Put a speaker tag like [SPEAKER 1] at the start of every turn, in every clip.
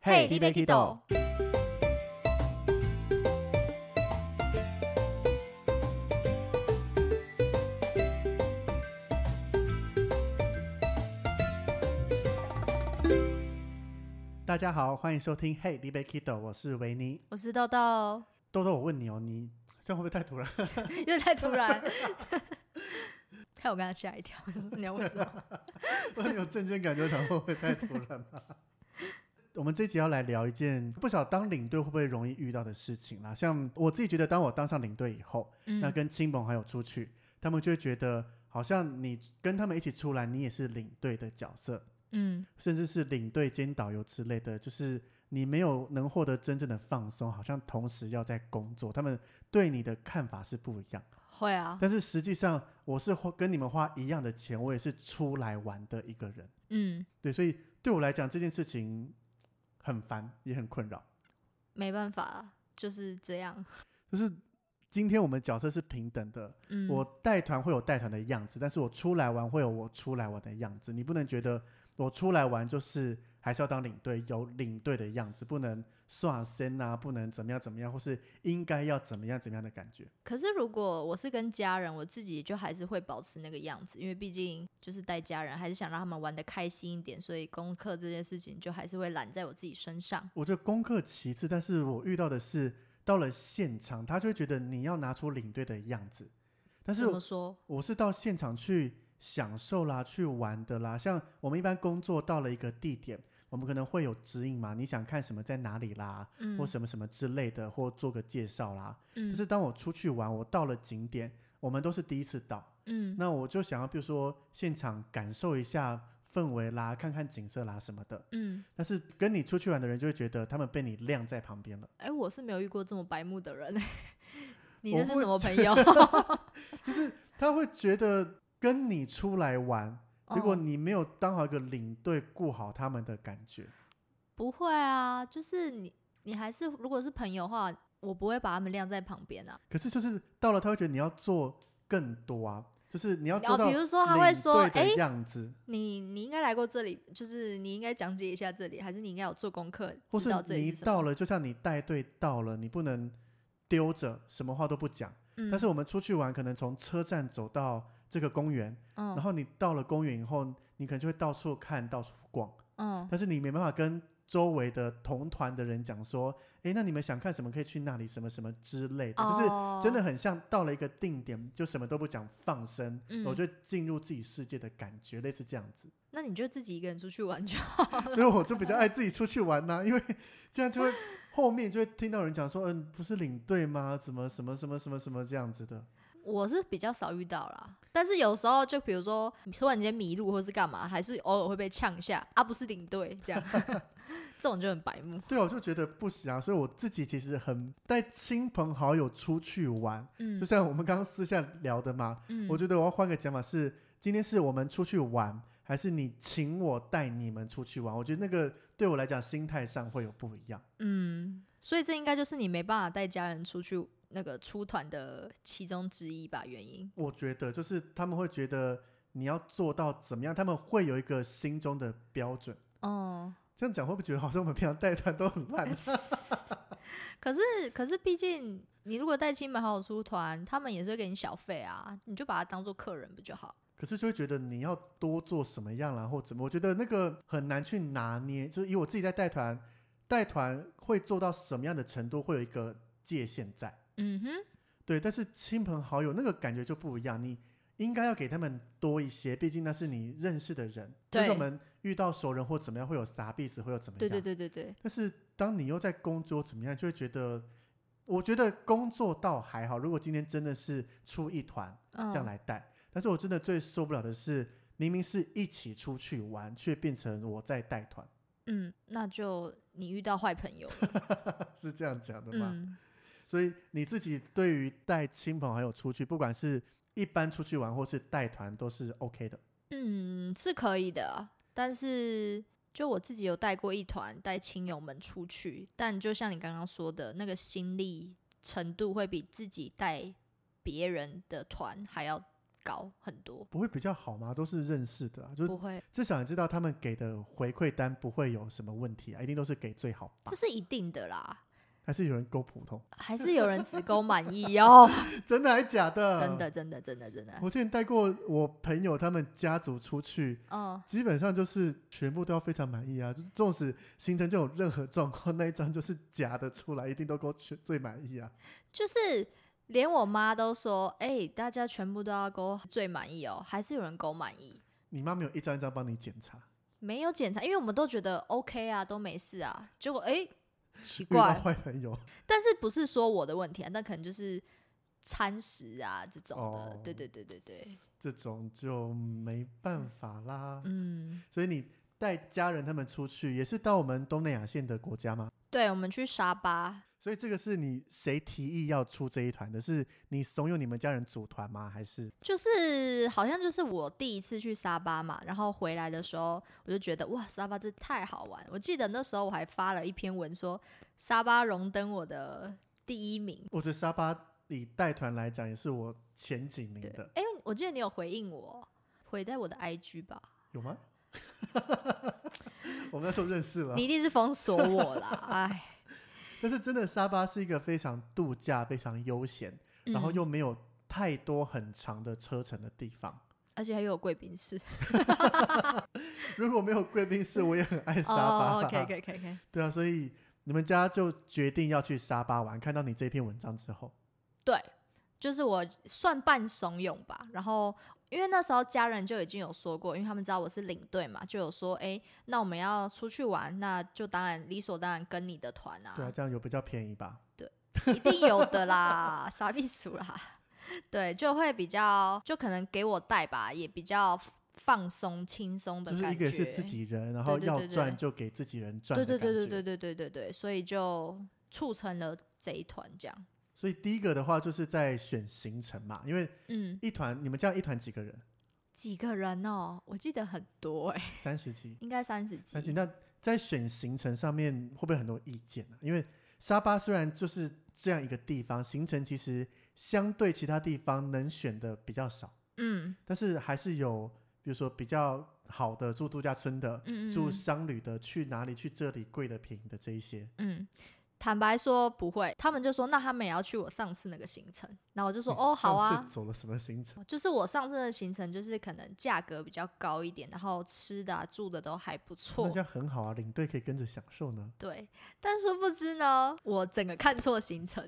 [SPEAKER 1] 嘿你要去倒
[SPEAKER 2] 大家好，欢迎收听《Hey, d b Kido》，我是维尼。
[SPEAKER 1] 我是豆豆，
[SPEAKER 2] 豆豆，我问你哦，你这样会不会太突然？
[SPEAKER 1] 因为太突然， 看我刚才吓一跳， 你要问什么？
[SPEAKER 2] 我很有震惊感，觉场会不会太突然了？ 我们这集要来聊一件不晓得当领队会不会容易遇到的事情啦。像我自己觉得，当我当上领队以后， 那
[SPEAKER 1] 嗯，
[SPEAKER 2] 跟亲朋好友出去，他们就会觉得好像你跟他们一起出来，你也是领队的角色，
[SPEAKER 1] 嗯，
[SPEAKER 2] 甚至是领队兼导游之类的，就是你没有能获得真正的放松，好像同时要在工作，他们对你的看法是不一样。
[SPEAKER 1] 会啊，
[SPEAKER 2] 但是实际上，我是花跟你们花一样的钱，我也是出来玩的一个人。
[SPEAKER 1] 嗯，
[SPEAKER 2] 对，所以对我来讲，这件事情很烦，也很困扰。
[SPEAKER 1] 没办法，就是这样。
[SPEAKER 2] 就是今天我们角色是平等的，
[SPEAKER 1] 嗯，
[SPEAKER 2] 我带团会有带团的样子，但是我出来玩会有我出来玩的样子。你不能觉得我出来玩就是还是要当领队，有领队的样子，不能耍身啊，不能怎么样怎么样，或是应该要怎么样怎么样的感觉。
[SPEAKER 1] 可是如果我是跟家人，我自己就还是会保持那个样子，因为毕竟就是带家人，还是想让他们玩的开心一点，所以功课这件事情就还是会揽在我自己身上。
[SPEAKER 2] 我觉得功课其次，但是我遇到的是到了现场，他就会觉得你要拿出领队的样子。但是
[SPEAKER 1] 怎么说？
[SPEAKER 2] 我是到现场去享受啦，去玩的啦。像我们一般工作到了一个地点，我们可能会有指引嘛，你想看什么在哪里啦，
[SPEAKER 1] 嗯
[SPEAKER 2] 或什么什么之类的，或做个介绍啦。但
[SPEAKER 1] 嗯
[SPEAKER 2] 是当我出去玩，我到了景点，我们都是第一次到，
[SPEAKER 1] 嗯
[SPEAKER 2] 那我就想要，比如说现场感受一下氛围啦，看看景色啦什么的。
[SPEAKER 1] 嗯，
[SPEAKER 2] 但是跟你出去玩的人就会觉得他们被你晾在旁边了，
[SPEAKER 1] 哎、我是没有遇过这么白目的人、 你
[SPEAKER 2] 我
[SPEAKER 1] 那是
[SPEAKER 2] 会
[SPEAKER 1] 什么朋 友？
[SPEAKER 2] 就是他会觉得跟你出来玩，结果
[SPEAKER 1] 哦
[SPEAKER 2] 你没有当好一个领队，顾好他们的感觉。
[SPEAKER 1] 不会啊，就是你，你还是如果是朋友的话，我不会把他们晾在旁边啊。
[SPEAKER 2] 可是就是到了，他会觉得你要做更多啊，就是你要
[SPEAKER 1] 然后
[SPEAKER 2] 做到
[SPEAKER 1] 哦比如说他会
[SPEAKER 2] 领
[SPEAKER 1] 说，
[SPEAKER 2] 队
[SPEAKER 1] 哎、
[SPEAKER 2] 的样子，
[SPEAKER 1] 你你应该来过这里，就是你应该讲解一下这里，还是你应该有做功课，
[SPEAKER 2] 或
[SPEAKER 1] 知
[SPEAKER 2] 是
[SPEAKER 1] 道这
[SPEAKER 2] 你
[SPEAKER 1] 里
[SPEAKER 2] 一
[SPEAKER 1] 是什么？
[SPEAKER 2] 到了，就像你带队到了，你不能丢着什么话都不讲。
[SPEAKER 1] 嗯，
[SPEAKER 2] 但是我们出去玩，可能从车站走到这个公园，然
[SPEAKER 1] 嗯
[SPEAKER 2] 后你到了公园以后，你可能就会到处看，到处逛。
[SPEAKER 1] 嗯，
[SPEAKER 2] 但是你没办法跟周围的同团的人讲说，诶，那你们想看什么可以去那里，什么什么之类的，就是
[SPEAKER 1] 哦
[SPEAKER 2] 真的很像到了一个定点就什么都不讲，放生，
[SPEAKER 1] 嗯
[SPEAKER 2] 我就进入自己世界的感觉，类似这样子。
[SPEAKER 1] 那你就自己一个人出去玩就好。
[SPEAKER 2] 所以我就比较爱自己出去玩呐、因为这样就会后面就会听到人讲说，嗯，不是领队吗？怎么什么什么什么什么这样子的。
[SPEAKER 1] 我是比较少遇到啦，但是有时候就比如说你突然间迷路或是干嘛，还是偶尔会被呛一下啊，不是领队这样， 这种就很白目。
[SPEAKER 2] 对啊，我就觉得不行啊，所以我自己其实很带亲朋好友出去玩，
[SPEAKER 1] 嗯
[SPEAKER 2] 就像我们刚刚私下聊的嘛，
[SPEAKER 1] 嗯
[SPEAKER 2] 我觉得我要换个讲法是，今天是我们出去玩，还是你请我带你们出去玩？我觉得那个对我来讲，心态上会有不一样。
[SPEAKER 1] 嗯，所以这应该就是你没办法带家人出去那个出团的其中之一吧，原因。
[SPEAKER 2] 我觉得就是他们会觉得你要做到怎么样，他们会有一个心中的标准。
[SPEAKER 1] 哦，
[SPEAKER 2] 这样讲会不会觉得好像我们平常带团都很 烂？
[SPEAKER 1] 可是可是毕竟你如果带亲朋好友出团，他们也是会给你小费啊，你就把他当做客人不就好？
[SPEAKER 2] 可是就会觉得你要多做什么样，然后怎么？我觉得那个很难去拿捏。就是以我自己在带团，带团会做到什么样的程度，会有一个界限在。
[SPEAKER 1] 嗯哼，
[SPEAKER 2] 对，但是亲朋好友那个感觉就不一样，你应该要给他们多一些，毕竟那是你认识的人。就
[SPEAKER 1] 对
[SPEAKER 2] 是我们遇到熟人或怎么样，会有傻逼死，会有怎么样？
[SPEAKER 1] 对对对对对，
[SPEAKER 2] 但是当你又在工作怎么样，就会觉得，我觉得工作倒还好。如果今天真的是出一团
[SPEAKER 1] 嗯，
[SPEAKER 2] 这样来带，但是我真的最受不了的是，明明是一起出去玩，却变成我在带团，
[SPEAKER 1] 嗯，那就你遇到坏朋友了，
[SPEAKER 2] 是这样讲的吗？
[SPEAKER 1] 嗯，
[SPEAKER 2] 所以你自己对于带亲朋好友出去，不管是一般出去玩或是带团，都是 OK 的。
[SPEAKER 1] 嗯，是可以的，但是就我自己有带过一团带亲友们出去，但就像你刚刚说的，那个心力程度会比自己带别人的团还要高很多，
[SPEAKER 2] 不会比较好吗？都是认识的啊，就是
[SPEAKER 1] 不会，
[SPEAKER 2] 至少你知道他们给的回馈单不会有什么问题啊，一定都是给最好吧
[SPEAKER 1] 这？是一定的啦。
[SPEAKER 2] 还是有人勾普通？
[SPEAKER 1] 还是有人只勾满意哦，
[SPEAKER 2] 真的还假的？
[SPEAKER 1] 真的，。真的，真的，真的，
[SPEAKER 2] 我之前带过我朋友他们家族出去，
[SPEAKER 1] 嗯，
[SPEAKER 2] 基本上就是全部都要非常满意啊，就是纵使行程就有任何状况，那一张就是假的出来，一定都给我全最满意啊。
[SPEAKER 1] 就是连我妈都说，哎、大家全部都要勾最满意哦，还是有人勾满意，
[SPEAKER 2] 你妈没有一张一张帮你检查，
[SPEAKER 1] 没有检查，因为我们都觉得 OK 啊，都没事啊，结果哎、奇
[SPEAKER 2] 遇到
[SPEAKER 1] 怪，
[SPEAKER 2] 坏朋友，
[SPEAKER 1] 但是不是说我的问题啊，那可能就是餐食啊这种的，
[SPEAKER 2] 哦
[SPEAKER 1] 对对对对对，
[SPEAKER 2] 这种就没办法啦。
[SPEAKER 1] 嗯，
[SPEAKER 2] 所以你带家人他们出去，也是到我们东南亚线的国家吗？
[SPEAKER 1] 对，我们去沙巴，
[SPEAKER 2] 所以这个是你谁提议要出这一团的？是你怂恿你们家人组团吗？还是
[SPEAKER 1] 就是好像就是我第一次去沙巴嘛，然后回来的时候，我就觉得哇，沙巴这太好玩。我记得那时候我还发了一篇文说，沙巴荣登我的第一名。
[SPEAKER 2] 我觉得沙巴以带团来讲，也是我前几名
[SPEAKER 1] 对
[SPEAKER 2] 的，，
[SPEAKER 1] 哎、我记得你有回应我，回在我的 IG 吧？
[SPEAKER 2] 有吗？ 我们那时候认识了
[SPEAKER 1] 你，一定是封锁我啦， 哎，
[SPEAKER 2] 但是真的沙巴是一个非常度假、非常悠闲，然后
[SPEAKER 1] 嗯
[SPEAKER 2] 又没有太多很长的车程的地方。
[SPEAKER 1] 而且还有贵 宾室。
[SPEAKER 2] 如果没有贵宾室，我也很爱沙巴。
[SPEAKER 1] 哦，OK OK OK OK，
[SPEAKER 2] 对啊，所以你们家就决定要去沙巴玩。看到你这篇文章之后，
[SPEAKER 1] 对，就是我算半怂恿吧。然后因为那时候家人就已经有说过，因为他们知道我是领队嘛，就有说，哎，那我们要出去玩，那就当然理所当然跟你的团啊，
[SPEAKER 2] 对啊啊，这样有比较便宜吧？
[SPEAKER 1] 一定有的啦， 傻逼鼠啦，对，就会比较，就可能给我带吧，也比较放松、轻松的
[SPEAKER 2] 就是
[SPEAKER 1] 感
[SPEAKER 2] 一
[SPEAKER 1] 觉。
[SPEAKER 2] 个是自己人，然后
[SPEAKER 1] 对对
[SPEAKER 2] 要
[SPEAKER 1] 对对
[SPEAKER 2] 赚就给自己人赚
[SPEAKER 1] 对
[SPEAKER 2] 的
[SPEAKER 1] 对
[SPEAKER 2] 感觉。
[SPEAKER 1] 对对对对对对对，所以就促成了这一团这样。
[SPEAKER 2] 所以第一个的话就是在选行程嘛，因为
[SPEAKER 1] 嗯，
[SPEAKER 2] 一团你们这样一团几个人？
[SPEAKER 1] 几个人哦？我记得很多哎、
[SPEAKER 2] 三十几。
[SPEAKER 1] 应该三十
[SPEAKER 2] 而且
[SPEAKER 1] 几。
[SPEAKER 2] 那在选行程上面会不会很多意见呢、因为沙巴虽然就是这样一个地方，行程其实相对其他地方能选的比较少，
[SPEAKER 1] 嗯
[SPEAKER 2] 但是还是有，比如说比较好的住度假村的、
[SPEAKER 1] 嗯嗯
[SPEAKER 2] 住
[SPEAKER 1] 嗯
[SPEAKER 2] 商旅的、去哪里去这里贵的便宜的这一些，
[SPEAKER 1] 嗯。坦白说不会，他们就说那他们也要去我上次那个行程，然后我就说
[SPEAKER 2] 你
[SPEAKER 1] 哦好
[SPEAKER 2] 嗯上次
[SPEAKER 1] 啊，
[SPEAKER 2] 走了什么行程？
[SPEAKER 1] 就是我上次的行程，就是可能价格比较高一点，然后吃的、啊、住的都还
[SPEAKER 2] 那
[SPEAKER 1] 不错
[SPEAKER 2] 这。样很好啊，领队可以跟着享受呢。
[SPEAKER 1] 对，但殊不知呢，我整个看错行程。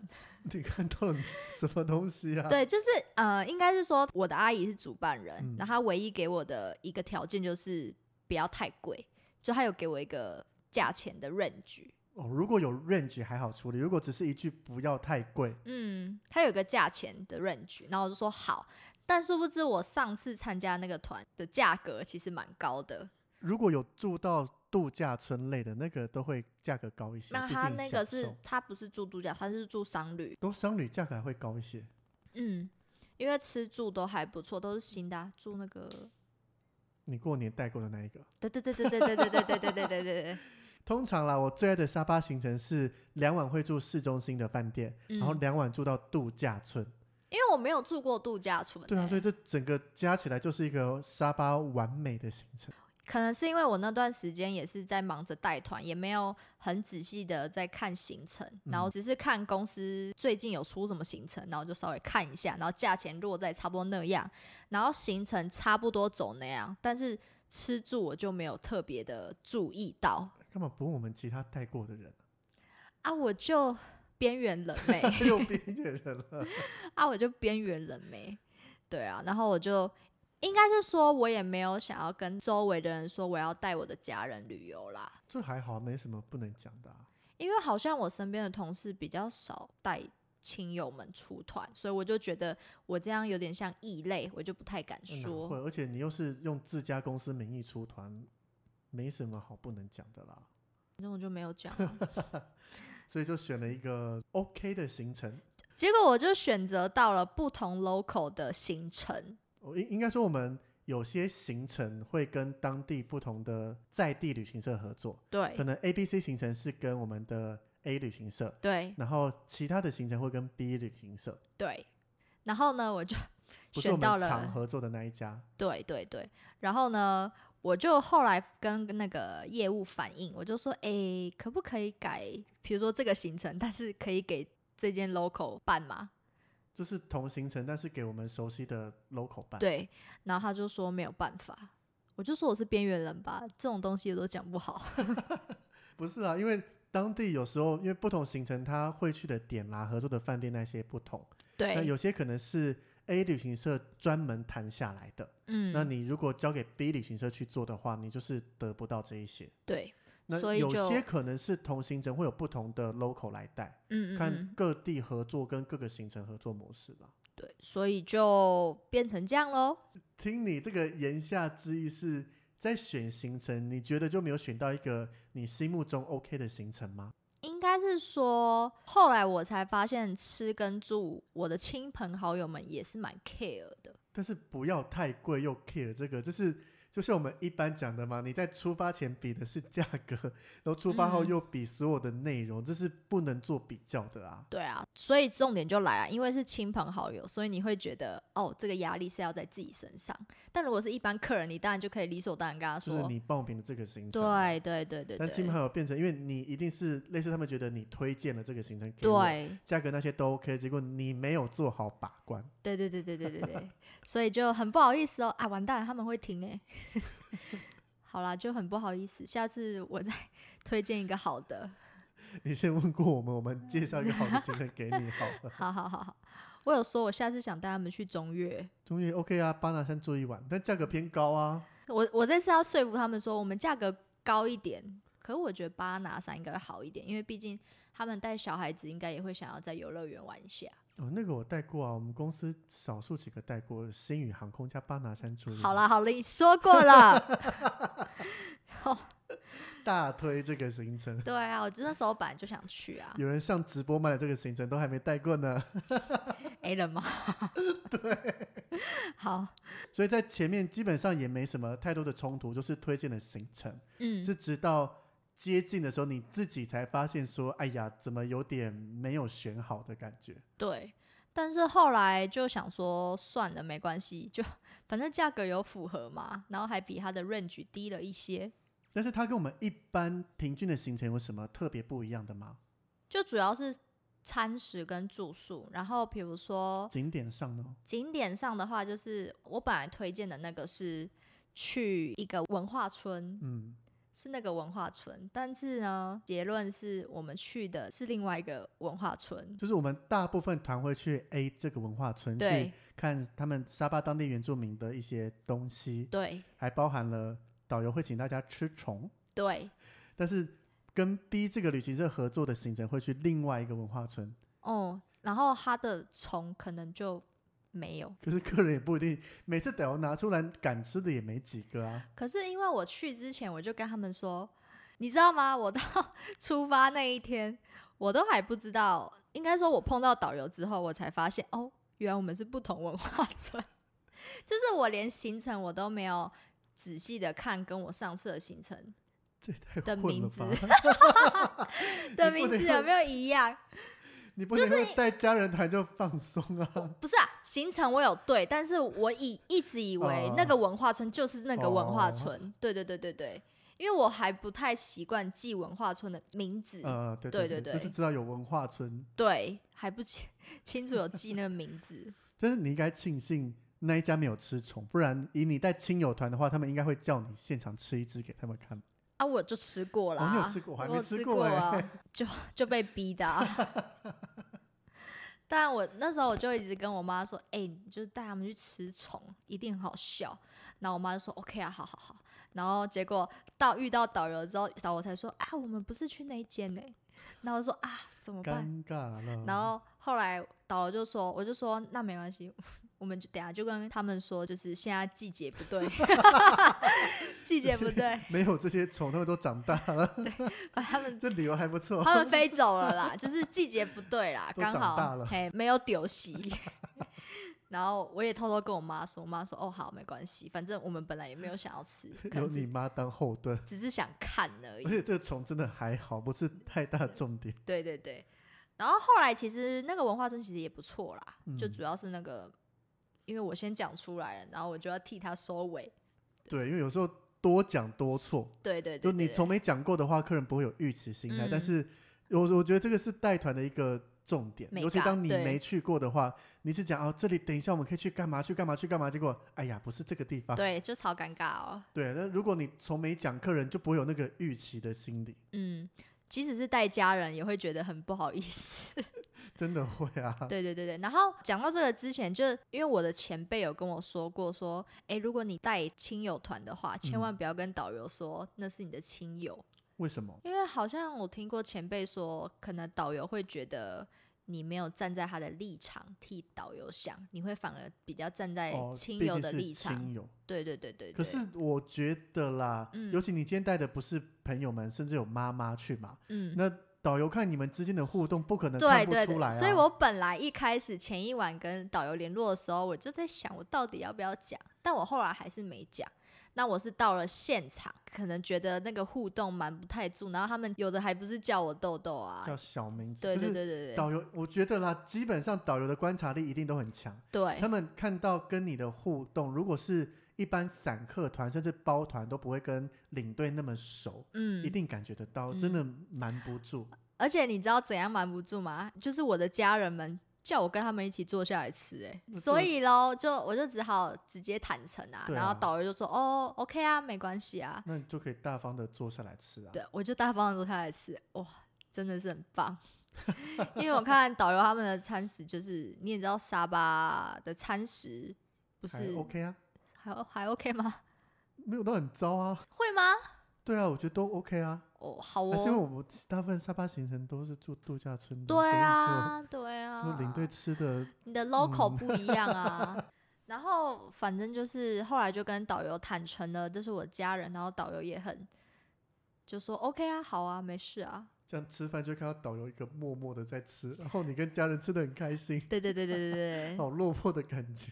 [SPEAKER 2] 你看到了什么东西啊？
[SPEAKER 1] 对，就是呃，应该是说我的阿姨是主办人，
[SPEAKER 2] 嗯
[SPEAKER 1] 然后她唯一给我的一个条件就是不要太贵，就她有给我一个价钱的 range。
[SPEAKER 2] 哦，如果有 range 还好处理，如果只是一句不要太贵，
[SPEAKER 1] 嗯，它有个价钱的 range，然后我就说好，但殊不知我上次参加那个团的价格其实蛮高的，
[SPEAKER 2] 如果有住到度假村类的那个，都会价格高一些。
[SPEAKER 1] 那
[SPEAKER 2] 毕
[SPEAKER 1] 他
[SPEAKER 2] 竟
[SPEAKER 1] 那
[SPEAKER 2] 享
[SPEAKER 1] 个是
[SPEAKER 2] 受
[SPEAKER 1] 他不是住度假，他是住商旅，
[SPEAKER 2] 都商旅价格还会高一些。
[SPEAKER 1] 嗯，因为吃住都还不错，都是新的啊、住那个，
[SPEAKER 2] 你过年带过的那一个，
[SPEAKER 1] 对对对对对对对对对对对对对，
[SPEAKER 2] 通常啦，我最爱的沙巴行程是两晚会住市中心的饭店，
[SPEAKER 1] 嗯哦
[SPEAKER 2] 然后两晚住到度假村。
[SPEAKER 1] 因为我没有住过度假村欸、
[SPEAKER 2] 对啊，所以这整个加起来就是一个沙巴完美的行程。
[SPEAKER 1] 可能是因为我那段时间也是在忙着带团，也没有很仔细的在看行程，然后只是看公司最近有出什么行程，然后就稍微看一下，然后价钱落在差不多那样，然后行程差不多走那样，但是吃住我就没有特别的注意到
[SPEAKER 2] 干嘛不问我们其他带过的 人？
[SPEAKER 1] 啊，我就边缘人呗、
[SPEAKER 2] 又边缘人了。
[SPEAKER 1] 啊，我就边缘人没，对啊，然后我就应该是说，我也没有想要跟周围的人说我要带我的家人旅游啦，
[SPEAKER 2] 这还好，没什么不能讲的、啊。
[SPEAKER 1] 因为好像我身边的同事比较少带亲友们出团，所以我就觉得我这样有点像异类，我就不太敢
[SPEAKER 2] 嗯哪会，
[SPEAKER 1] 说。
[SPEAKER 2] 而且你又是用自家公司名义出团，没什么好不能讲的啦。
[SPEAKER 1] 反正我就没有讲啊、
[SPEAKER 2] 所以就选了一个 OK 的行程。
[SPEAKER 1] 结果我就选择到了不同 local 的行程。
[SPEAKER 2] 我哦应应该说，我们有些行程会跟当地不同的在地旅行社合作，
[SPEAKER 1] 对
[SPEAKER 2] 可能 A、B、C 行程是跟我们的 A 旅行社，
[SPEAKER 1] 对
[SPEAKER 2] 然后其他的行程会跟 B 旅行社。
[SPEAKER 1] 对，然后呢，我就
[SPEAKER 2] 不是我
[SPEAKER 1] 选
[SPEAKER 2] 们
[SPEAKER 1] 到了
[SPEAKER 2] 常合作的那一家。
[SPEAKER 1] 对对对，然后呢，我就后来跟那个业务反映，我就说，哎，可不可以改，比如说这个行程，但是可以给这间 local 办吗？
[SPEAKER 2] 就是同行程，但是给我们熟悉的 local 办。，
[SPEAKER 1] 对，然后他就说没有办法，我就说我是边缘人吧，这种东西我都讲 不好。
[SPEAKER 2] 不是啊，因为当地有时候因为不同行程，他会去的点啦、合作的饭店那些不同，那
[SPEAKER 1] 对，
[SPEAKER 2] 有些可能是 A 旅行社专门谈下来的，
[SPEAKER 1] 嗯，
[SPEAKER 2] 那你如果交给 B 旅行社去做的话，你就是得不到这一些。
[SPEAKER 1] 对，
[SPEAKER 2] 那
[SPEAKER 1] 所以
[SPEAKER 2] 有
[SPEAKER 1] 就
[SPEAKER 2] 些可能是同行程会有不同的 local 来带，
[SPEAKER 1] 嗯嗯
[SPEAKER 2] 看
[SPEAKER 1] 嗯，
[SPEAKER 2] 各地合作跟各个行程合作模式吧。
[SPEAKER 1] 对，所以就变成这样喽。
[SPEAKER 2] 听你这个言下之意是在选行程，你觉得就没有选到一个你心目中 OK 的行程吗？
[SPEAKER 1] 应该是说，后来我才发现吃跟住，我的亲朋好友们也是蛮 care 的。
[SPEAKER 2] 但是不要太贵又 care 这个，就是就像我们一般讲的嘛，你在出发前比的是价格，然后出发后
[SPEAKER 1] 嗯
[SPEAKER 2] 又比所有的内容，这是不能做比较的啊。
[SPEAKER 1] 对啊，所以重点就来了，因为是亲朋好友，所以你会觉得哦，这个压力是要在自己身上。但如果是一般客人，你当然就可以理所当然跟他
[SPEAKER 2] 就是
[SPEAKER 1] 说，
[SPEAKER 2] 你报名的这个行程嘛，
[SPEAKER 1] 对对对对
[SPEAKER 2] 但亲朋
[SPEAKER 1] 对，
[SPEAKER 2] 好友变成，因为你一定是类似他们觉得你推荐了这个行程给我，
[SPEAKER 1] 对
[SPEAKER 2] 价格那些都 OK，结果你没有做好把关，
[SPEAKER 1] 对对对对对对对， 所以就很不好意思哦，啊，完蛋了，他们会停哎、 好啦，就很不好意思，下次我再推荐一个好的。
[SPEAKER 2] 你先问过我们，我们介绍一个好的行程给你好 了。
[SPEAKER 1] 好好好好，我有说我下次想带他们去中越，
[SPEAKER 2] 终于 OK 啊，巴拿山住一晚，但价格偏高啊。
[SPEAKER 1] 我我这次要说服他们说我们价格高一点，可是我觉得巴拿山应该会好一点，因为毕竟他们带小孩子应该也会想要在游乐园玩一下。
[SPEAKER 2] 哦，那个我带过啊，我们公司少数几个带过星宇航空加巴拿山住一晚。
[SPEAKER 1] 好，啦好啦，你说过了， 哦
[SPEAKER 2] 大推这个行程，
[SPEAKER 1] 对啊，我那时候本来就想去啊
[SPEAKER 2] 有人上直播卖了这个行程，都还没带过呢。
[SPEAKER 1] ，A 人吗？对， 好，
[SPEAKER 2] 所以在前面基本上也没什么太多的冲突，就是推荐的行程。
[SPEAKER 1] 嗯，
[SPEAKER 2] 是直到接近的时候，你自己才发现说，哎呀，怎么有点没有选好的感觉？
[SPEAKER 1] 对。但是后来就想说，算了，没关系，就反正价格有符合嘛，然后还比它的 range 低了一些，
[SPEAKER 2] 但是它跟我们一般平均的行程有什么特别不一样的吗？
[SPEAKER 1] 就主要是餐食跟住宿，然后比如说
[SPEAKER 2] 景点上呢？
[SPEAKER 1] 景点上的话，就是我本来推荐的那个是去一个文化村，
[SPEAKER 2] 嗯，
[SPEAKER 1] 是那个文化村，但是呢，结论是我们去的是另外一个文化村，
[SPEAKER 2] 嗯就是我们大部分团会去 A 这个文化村去
[SPEAKER 1] 对
[SPEAKER 2] 看他们沙巴当地原住民的一些东西，
[SPEAKER 1] 对
[SPEAKER 2] 还包含了导游会请大家吃虫，
[SPEAKER 1] 对，
[SPEAKER 2] 但是跟 B 这个旅行社合作的行程会去另外一个文化村，
[SPEAKER 1] 哦，然后它的虫可能就没有，
[SPEAKER 2] 可是客人也不一定每次导游拿出来敢吃的也没几个啊。
[SPEAKER 1] 可是因为我去之前，我就跟他们说，你知道吗？我到 出发那一天，我都还不知道。应该说，我碰到导游之后，我才发现，哦，原来我们是不同文化村。 就是我连行程我都没有仔细的看，跟我上次的行程
[SPEAKER 2] 这也太
[SPEAKER 1] 的
[SPEAKER 2] 混
[SPEAKER 1] 名
[SPEAKER 2] 了
[SPEAKER 1] 字
[SPEAKER 2] 吧！
[SPEAKER 1] 的
[SPEAKER 2] 不
[SPEAKER 1] 名
[SPEAKER 2] 能
[SPEAKER 1] 字
[SPEAKER 2] 用
[SPEAKER 1] 有没有一样？
[SPEAKER 2] 你不能
[SPEAKER 1] 就是
[SPEAKER 2] 会带家人团就放松啊？
[SPEAKER 1] 不是啊，行程我有对，但是我以一直以
[SPEAKER 2] 嗯
[SPEAKER 1] 为那个文化村就是那个
[SPEAKER 2] 哦
[SPEAKER 1] 文化村。对对对对对，因为我还不太习惯记文化村的名字。
[SPEAKER 2] 呃，对
[SPEAKER 1] 嗯对
[SPEAKER 2] 对
[SPEAKER 1] 对
[SPEAKER 2] 就是
[SPEAKER 1] 对
[SPEAKER 2] 知道有文化村，
[SPEAKER 1] 对，还不清 清楚有记那个名字。
[SPEAKER 2] 但是你应该庆幸那一家没有吃虫，不然以你带亲友团的话，他们应该会叫你现场吃一只给他们看。
[SPEAKER 1] 啊，我就吃过啦，
[SPEAKER 2] 哦你有吃过我还没
[SPEAKER 1] 有
[SPEAKER 2] 吃
[SPEAKER 1] 吃
[SPEAKER 2] 过欸
[SPEAKER 1] 啊， 就就被逼的、 啊。但我那时候我就一直跟我妈说，哎、你就带他们去吃虫，一定很好笑。然后我妈就说 OK 啊，好好好。然后结果到遇到导游之后，导游才说啊，我们不是去那一间呢、然后我说啊，怎么办？
[SPEAKER 2] 尴尬了。
[SPEAKER 1] 然后后来导游就说，我就说那没关系， 我们就等下就跟他们说，就是现在季节不对， 季节不对，
[SPEAKER 2] 没有这些虫，他们都长大了，
[SPEAKER 1] 把他们
[SPEAKER 2] 这理由还不错。
[SPEAKER 1] 他们飞走 了啦，就是季节不对啦，
[SPEAKER 2] 哦都
[SPEAKER 1] 刚
[SPEAKER 2] 长大
[SPEAKER 1] 好
[SPEAKER 2] 了
[SPEAKER 1] 嘿没有丢席。 然后我也偷偷跟我妈说，我妈说哦好没关系，反正我们本来也没有想 要吃，可
[SPEAKER 2] 有
[SPEAKER 1] 能
[SPEAKER 2] 你
[SPEAKER 1] 只
[SPEAKER 2] 妈当后盾，
[SPEAKER 1] 只是想看而已
[SPEAKER 2] 而。 且这个虫真的还好，不是太大的重点。
[SPEAKER 1] 对对对。然后后来其实那个文化村其实也不错啦，就
[SPEAKER 2] 嗯
[SPEAKER 1] 主要是那个，因为我先讲出来了，然后我就要替他收尾。
[SPEAKER 2] 对，因为有时候多讲多错，
[SPEAKER 1] 对对对
[SPEAKER 2] 就你
[SPEAKER 1] 对
[SPEAKER 2] 从没讲过的话，客人不会有预期心态。但
[SPEAKER 1] 嗯
[SPEAKER 2] 是我我觉得这个是带团的一个重点，
[SPEAKER 1] 美
[SPEAKER 2] 尤其
[SPEAKER 1] 感
[SPEAKER 2] 当你
[SPEAKER 1] 对
[SPEAKER 2] 没去过的话，你是讲哦，这里等一下我们可以去干嘛去干嘛去干嘛，结果哎呀不是这个地方。
[SPEAKER 1] 对，就超尴尬哦。
[SPEAKER 2] 对，那如果你从没讲，客人就不会有那个预期的心理，
[SPEAKER 1] 嗯，即使是带家人，也会觉得很不好意思。
[SPEAKER 2] 真的会啊。
[SPEAKER 1] 对对对对。然后讲到这个之前，就是因为我的前辈有跟我说过说，诶，如果你带亲友团的话，千
[SPEAKER 2] 嗯
[SPEAKER 1] 万不要跟导游说那是你的亲友，
[SPEAKER 2] 为什么？
[SPEAKER 1] 因为好像我听过前辈说，可能导游会觉得。你没有站在他的立场替导游想，你会反而比较站在
[SPEAKER 2] 哦，
[SPEAKER 1] 亲
[SPEAKER 2] 毕
[SPEAKER 1] 友
[SPEAKER 2] 竟
[SPEAKER 1] 的
[SPEAKER 2] 是
[SPEAKER 1] 立场。
[SPEAKER 2] 亲友。
[SPEAKER 1] 对对对对对。
[SPEAKER 2] 可是我觉得啦，
[SPEAKER 1] 嗯
[SPEAKER 2] 尤其你今天带的不是朋友们，甚至有妈妈去嘛，
[SPEAKER 1] 嗯，
[SPEAKER 2] 那导游看你们之间的互动，不可能看
[SPEAKER 1] 对
[SPEAKER 2] 不
[SPEAKER 1] 对
[SPEAKER 2] 出来、啊
[SPEAKER 1] 对，所以我本来一开始前一晚跟导游联络的时候，我就在想我到底要不要讲，但我后来还是没讲。那我是到了现场，可能觉得那个互动瞒不太住，然后他们有的还不是叫我豆豆啊，
[SPEAKER 2] 叫小名字，
[SPEAKER 1] 对
[SPEAKER 2] 就
[SPEAKER 1] 对
[SPEAKER 2] 是
[SPEAKER 1] 对对对
[SPEAKER 2] 导游，我觉得啦，基本上导游的观察力一定都很强。
[SPEAKER 1] 对
[SPEAKER 2] 他们看到跟你的互动，如果是一般散客团甚至包团都不会跟领队那么熟，一
[SPEAKER 1] 嗯，
[SPEAKER 2] 定感觉得到，
[SPEAKER 1] 嗯啊
[SPEAKER 2] 真的瞒不住。
[SPEAKER 1] 而且你知道怎样瞒不住吗？就是我的家人们叫我跟他们一起坐下来吃、欸，
[SPEAKER 2] 那这
[SPEAKER 1] 所以咯，就我就只好直接坦诚啊，
[SPEAKER 2] 对
[SPEAKER 1] 然后
[SPEAKER 2] 啊
[SPEAKER 1] 导游就说哦，OK 啊，没关系啊，
[SPEAKER 2] 那你就可以大方的坐下来吃啊。
[SPEAKER 1] 对，我就大方的坐下来吃，哇，真的是很棒。 因为我看导游他们的餐食，就是你也知道沙巴的餐食不
[SPEAKER 2] 还
[SPEAKER 1] 是
[SPEAKER 2] OK 啊，
[SPEAKER 1] 还还 OK 吗？
[SPEAKER 2] 没有都很糟啊。
[SPEAKER 1] 会吗？
[SPEAKER 2] 对啊，我觉得都 OK 啊。
[SPEAKER 1] 哦，好
[SPEAKER 2] 还是因为
[SPEAKER 1] 哦，
[SPEAKER 2] 我们大部分沙巴行程都是住度假村的，
[SPEAKER 1] 对
[SPEAKER 2] 所
[SPEAKER 1] 啊，对
[SPEAKER 2] 以
[SPEAKER 1] 啊，
[SPEAKER 2] 就就领队嗯吃的
[SPEAKER 1] 你的 local 不一样啊。 然后反正就是后来就跟导游坦诚了，这是我家人，然后导游也很就说 OK 啊，好啊，没事啊，
[SPEAKER 2] 这样吃饭，就看到导游一个默默的在吃，然后你跟家人吃的很开心，
[SPEAKER 1] 对对对对对对
[SPEAKER 2] 好落魄的感觉。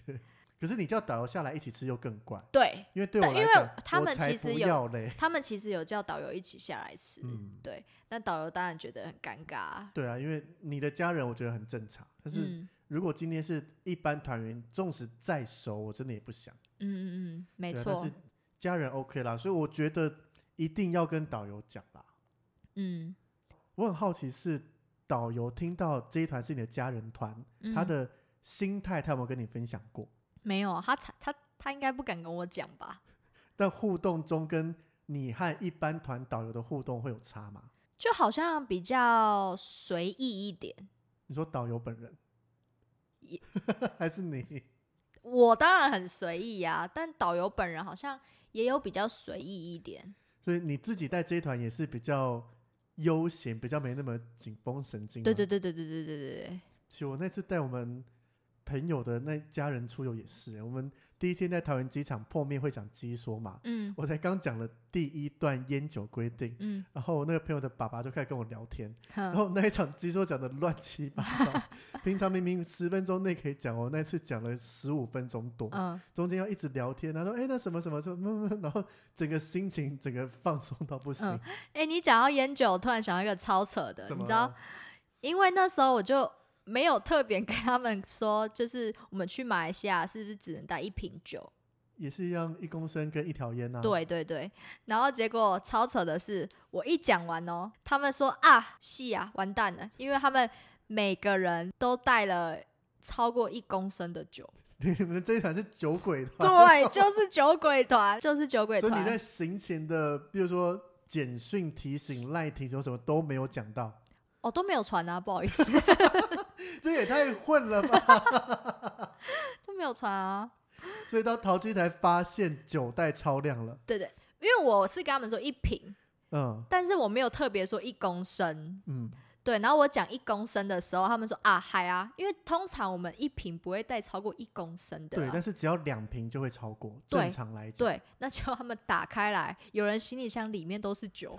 [SPEAKER 2] 可是你叫导游下来一起吃又更怪，
[SPEAKER 1] 对，
[SPEAKER 2] 因为对我
[SPEAKER 1] 但
[SPEAKER 2] 来
[SPEAKER 1] 因为
[SPEAKER 2] 讲，
[SPEAKER 1] 他
[SPEAKER 2] 我
[SPEAKER 1] 们
[SPEAKER 2] 才
[SPEAKER 1] 其实
[SPEAKER 2] 不
[SPEAKER 1] 有
[SPEAKER 2] 要嘞。
[SPEAKER 1] 他们其实有叫导游一起下来吃，
[SPEAKER 2] 嗯
[SPEAKER 1] 对，但导游当然觉得很尴尬啊。
[SPEAKER 2] 对啊，因为你的家人我觉得很正常，但是
[SPEAKER 1] 嗯
[SPEAKER 2] 如果今天是一般团员，纵使再熟，我真的也不想。
[SPEAKER 1] 嗯嗯嗯，没
[SPEAKER 2] 对啊
[SPEAKER 1] 错
[SPEAKER 2] 但，是家人 OK 啦，所以我觉得一定要跟导游讲啦。
[SPEAKER 1] 嗯，
[SPEAKER 2] 我很好奇是导游听到这一团是你的家人团，
[SPEAKER 1] 嗯
[SPEAKER 2] 他的心态他有没有跟你分享过？
[SPEAKER 1] 没有，啊他才他他应该不敢跟我讲吧？
[SPEAKER 2] 但互动中跟你和一般团导游的互动会有差吗？
[SPEAKER 1] 就好像比较随意一点。
[SPEAKER 2] 你说导游本人
[SPEAKER 1] 也，
[SPEAKER 2] 还是你？
[SPEAKER 1] 我当然很随意呀、但导游本人好像也有比较随意一点。
[SPEAKER 2] 所以你自己带这一团也是比较悠闲，比较没那么紧绷神经。
[SPEAKER 1] 对对。对对对对对对对，
[SPEAKER 2] 其实我那次带我们朋友的那家人出游也是欸，我们第一天在桃园机场碰面会讲鸡说嘛，
[SPEAKER 1] 嗯
[SPEAKER 2] 我才刚讲了第一段烟酒规定，
[SPEAKER 1] 嗯，
[SPEAKER 2] 然后我那个朋友的爸爸就开始跟我聊天，然
[SPEAKER 1] 哼
[SPEAKER 2] 后那一场鸡说讲的乱七八 糟，平常明明十分钟内可以讲哦，那次讲了十五分钟多，
[SPEAKER 1] 嗯，
[SPEAKER 2] 中间要一直聊天，他说哎、那什么什么什么，然后整个心情整个放松到不行，
[SPEAKER 1] 嗯哎、你讲到烟酒，我突然想到一个超扯 的，
[SPEAKER 2] 怎
[SPEAKER 1] 你
[SPEAKER 2] 么
[SPEAKER 1] 知道
[SPEAKER 2] 了？
[SPEAKER 1] 因为那时候我就没有特别跟他们说，就是我们去马来西亚是不是只能带一瓶酒？
[SPEAKER 2] 也是一样，一公升跟一条烟呐、啊，，
[SPEAKER 1] 对对对。然后结果超扯的是，我一讲完哦，他们说啊，是啊，完蛋了，因为他们每个人都带了。超过一公升的 酒，
[SPEAKER 2] 你们 这一场是酒鬼团，
[SPEAKER 1] 对，就是酒鬼团，就是酒鬼
[SPEAKER 2] 所以你在
[SPEAKER 1] 团。
[SPEAKER 2] 行前的，比如说简讯提醒、赖提醒什么都没有讲到，
[SPEAKER 1] 哦，都没有传啊，不好意思，
[SPEAKER 2] 这也太混了吧！
[SPEAKER 1] 都没有传啊。
[SPEAKER 2] 所以到桃机才发现酒带超量了。
[SPEAKER 1] 对对，因为我是跟他们说一瓶，
[SPEAKER 2] 嗯
[SPEAKER 1] 但是我没有特别说一公升，
[SPEAKER 2] 嗯，
[SPEAKER 1] 对，然后我讲一公升的时候，他们说啊嗨啊，因为通常我们一瓶不会带超过一公升的
[SPEAKER 2] 对
[SPEAKER 1] 啊、，
[SPEAKER 2] 但是只要两瓶就会超过，
[SPEAKER 1] 对
[SPEAKER 2] 正常来讲。
[SPEAKER 1] 对，那结果他们打开来，有人行李箱里面都是酒，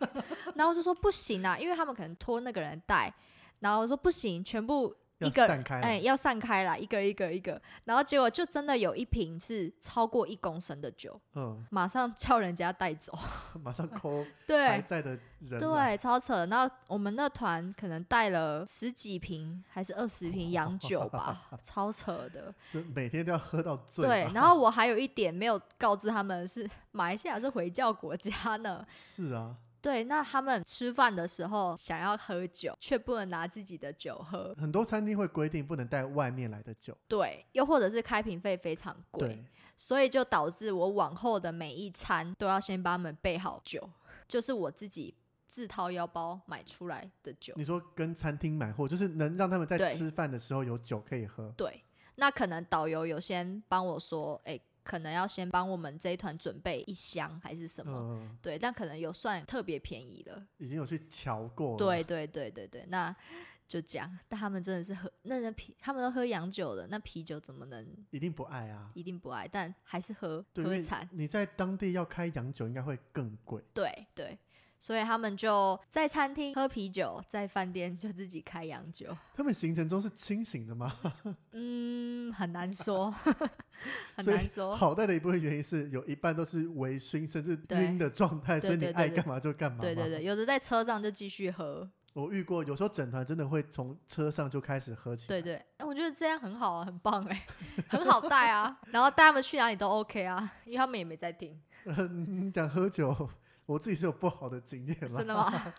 [SPEAKER 1] 然后我就说不行啊，因为他们可能托那个人带，然后我说不行，全部
[SPEAKER 2] 要
[SPEAKER 1] 一个
[SPEAKER 2] 散开来，
[SPEAKER 1] 哎、要散开来，一个一个一个，然后结果就真的有一瓶是超过一公升的酒，
[SPEAKER 2] 嗯，
[SPEAKER 1] 马上叫人家带走。
[SPEAKER 2] 马上抠还
[SPEAKER 1] 对
[SPEAKER 2] 在的人啊来，
[SPEAKER 1] 对，超扯。然后我们那团可能带了十几瓶还是二十瓶洋酒 吧，超扯的。
[SPEAKER 2] 就每天都要喝到醉啊吧。
[SPEAKER 1] 对，然后我还有一点没有告知他们是马来西亚是回教国家呢。
[SPEAKER 2] 是啊，
[SPEAKER 1] 对，那他们吃饭的时候想要喝酒，却不能拿自己的酒喝。
[SPEAKER 2] 很多餐厅会规定不能带外面来的酒，
[SPEAKER 1] 对，又或者是开瓶费非常贵。
[SPEAKER 2] 对，
[SPEAKER 1] 所以就导致我往后的每一餐都要先帮他们备好酒，就是我自己自掏腰包买出来的酒。
[SPEAKER 2] 你说跟餐厅买货，就是能让他们在
[SPEAKER 1] 对
[SPEAKER 2] 吃饭的时候有酒可以喝。
[SPEAKER 1] 对，那可能导游有先帮我说，哎、可能要先帮我们这一团准备一箱还是什么。
[SPEAKER 2] 嗯，
[SPEAKER 1] 对，但可能有算特别便宜了。
[SPEAKER 2] 已经有去瞧过了。
[SPEAKER 1] 对，对对对对，那就这样。但他们真的是喝那人啤，他们都喝洋酒的，那啤酒怎么能
[SPEAKER 2] 一定不爱啊。
[SPEAKER 1] 一定不爱？但还是喝
[SPEAKER 2] 对，因
[SPEAKER 1] 喝
[SPEAKER 2] 为
[SPEAKER 1] 惨。
[SPEAKER 2] 你在当地要开洋酒，应该会更贵。
[SPEAKER 1] 对对，所以他们就在餐厅喝啤酒，在饭店就自己开洋酒。
[SPEAKER 2] 他们行程中是清醒的吗？
[SPEAKER 1] 嗯，很难说， 很
[SPEAKER 2] 所以
[SPEAKER 1] 难说。
[SPEAKER 2] 好在的一部分原因是有一半都是微醺甚至
[SPEAKER 1] 对
[SPEAKER 2] 晕的状态，
[SPEAKER 1] 对
[SPEAKER 2] 所以你
[SPEAKER 1] 对对
[SPEAKER 2] 爱
[SPEAKER 1] 对
[SPEAKER 2] 干嘛就干嘛。
[SPEAKER 1] 对对对，，有的在车上就继续喝。
[SPEAKER 2] 我遇过，有时候整团真的会从车上就开始喝起啊来。
[SPEAKER 1] 对对，哎，我觉得这样很好啊，很棒哎、很好带啊。然后带他们去哪里都 OK 啊，因为他们也没在听，
[SPEAKER 2] 呃 你讲喝酒，我自己是有不好的经验啦。
[SPEAKER 1] 真的？吗？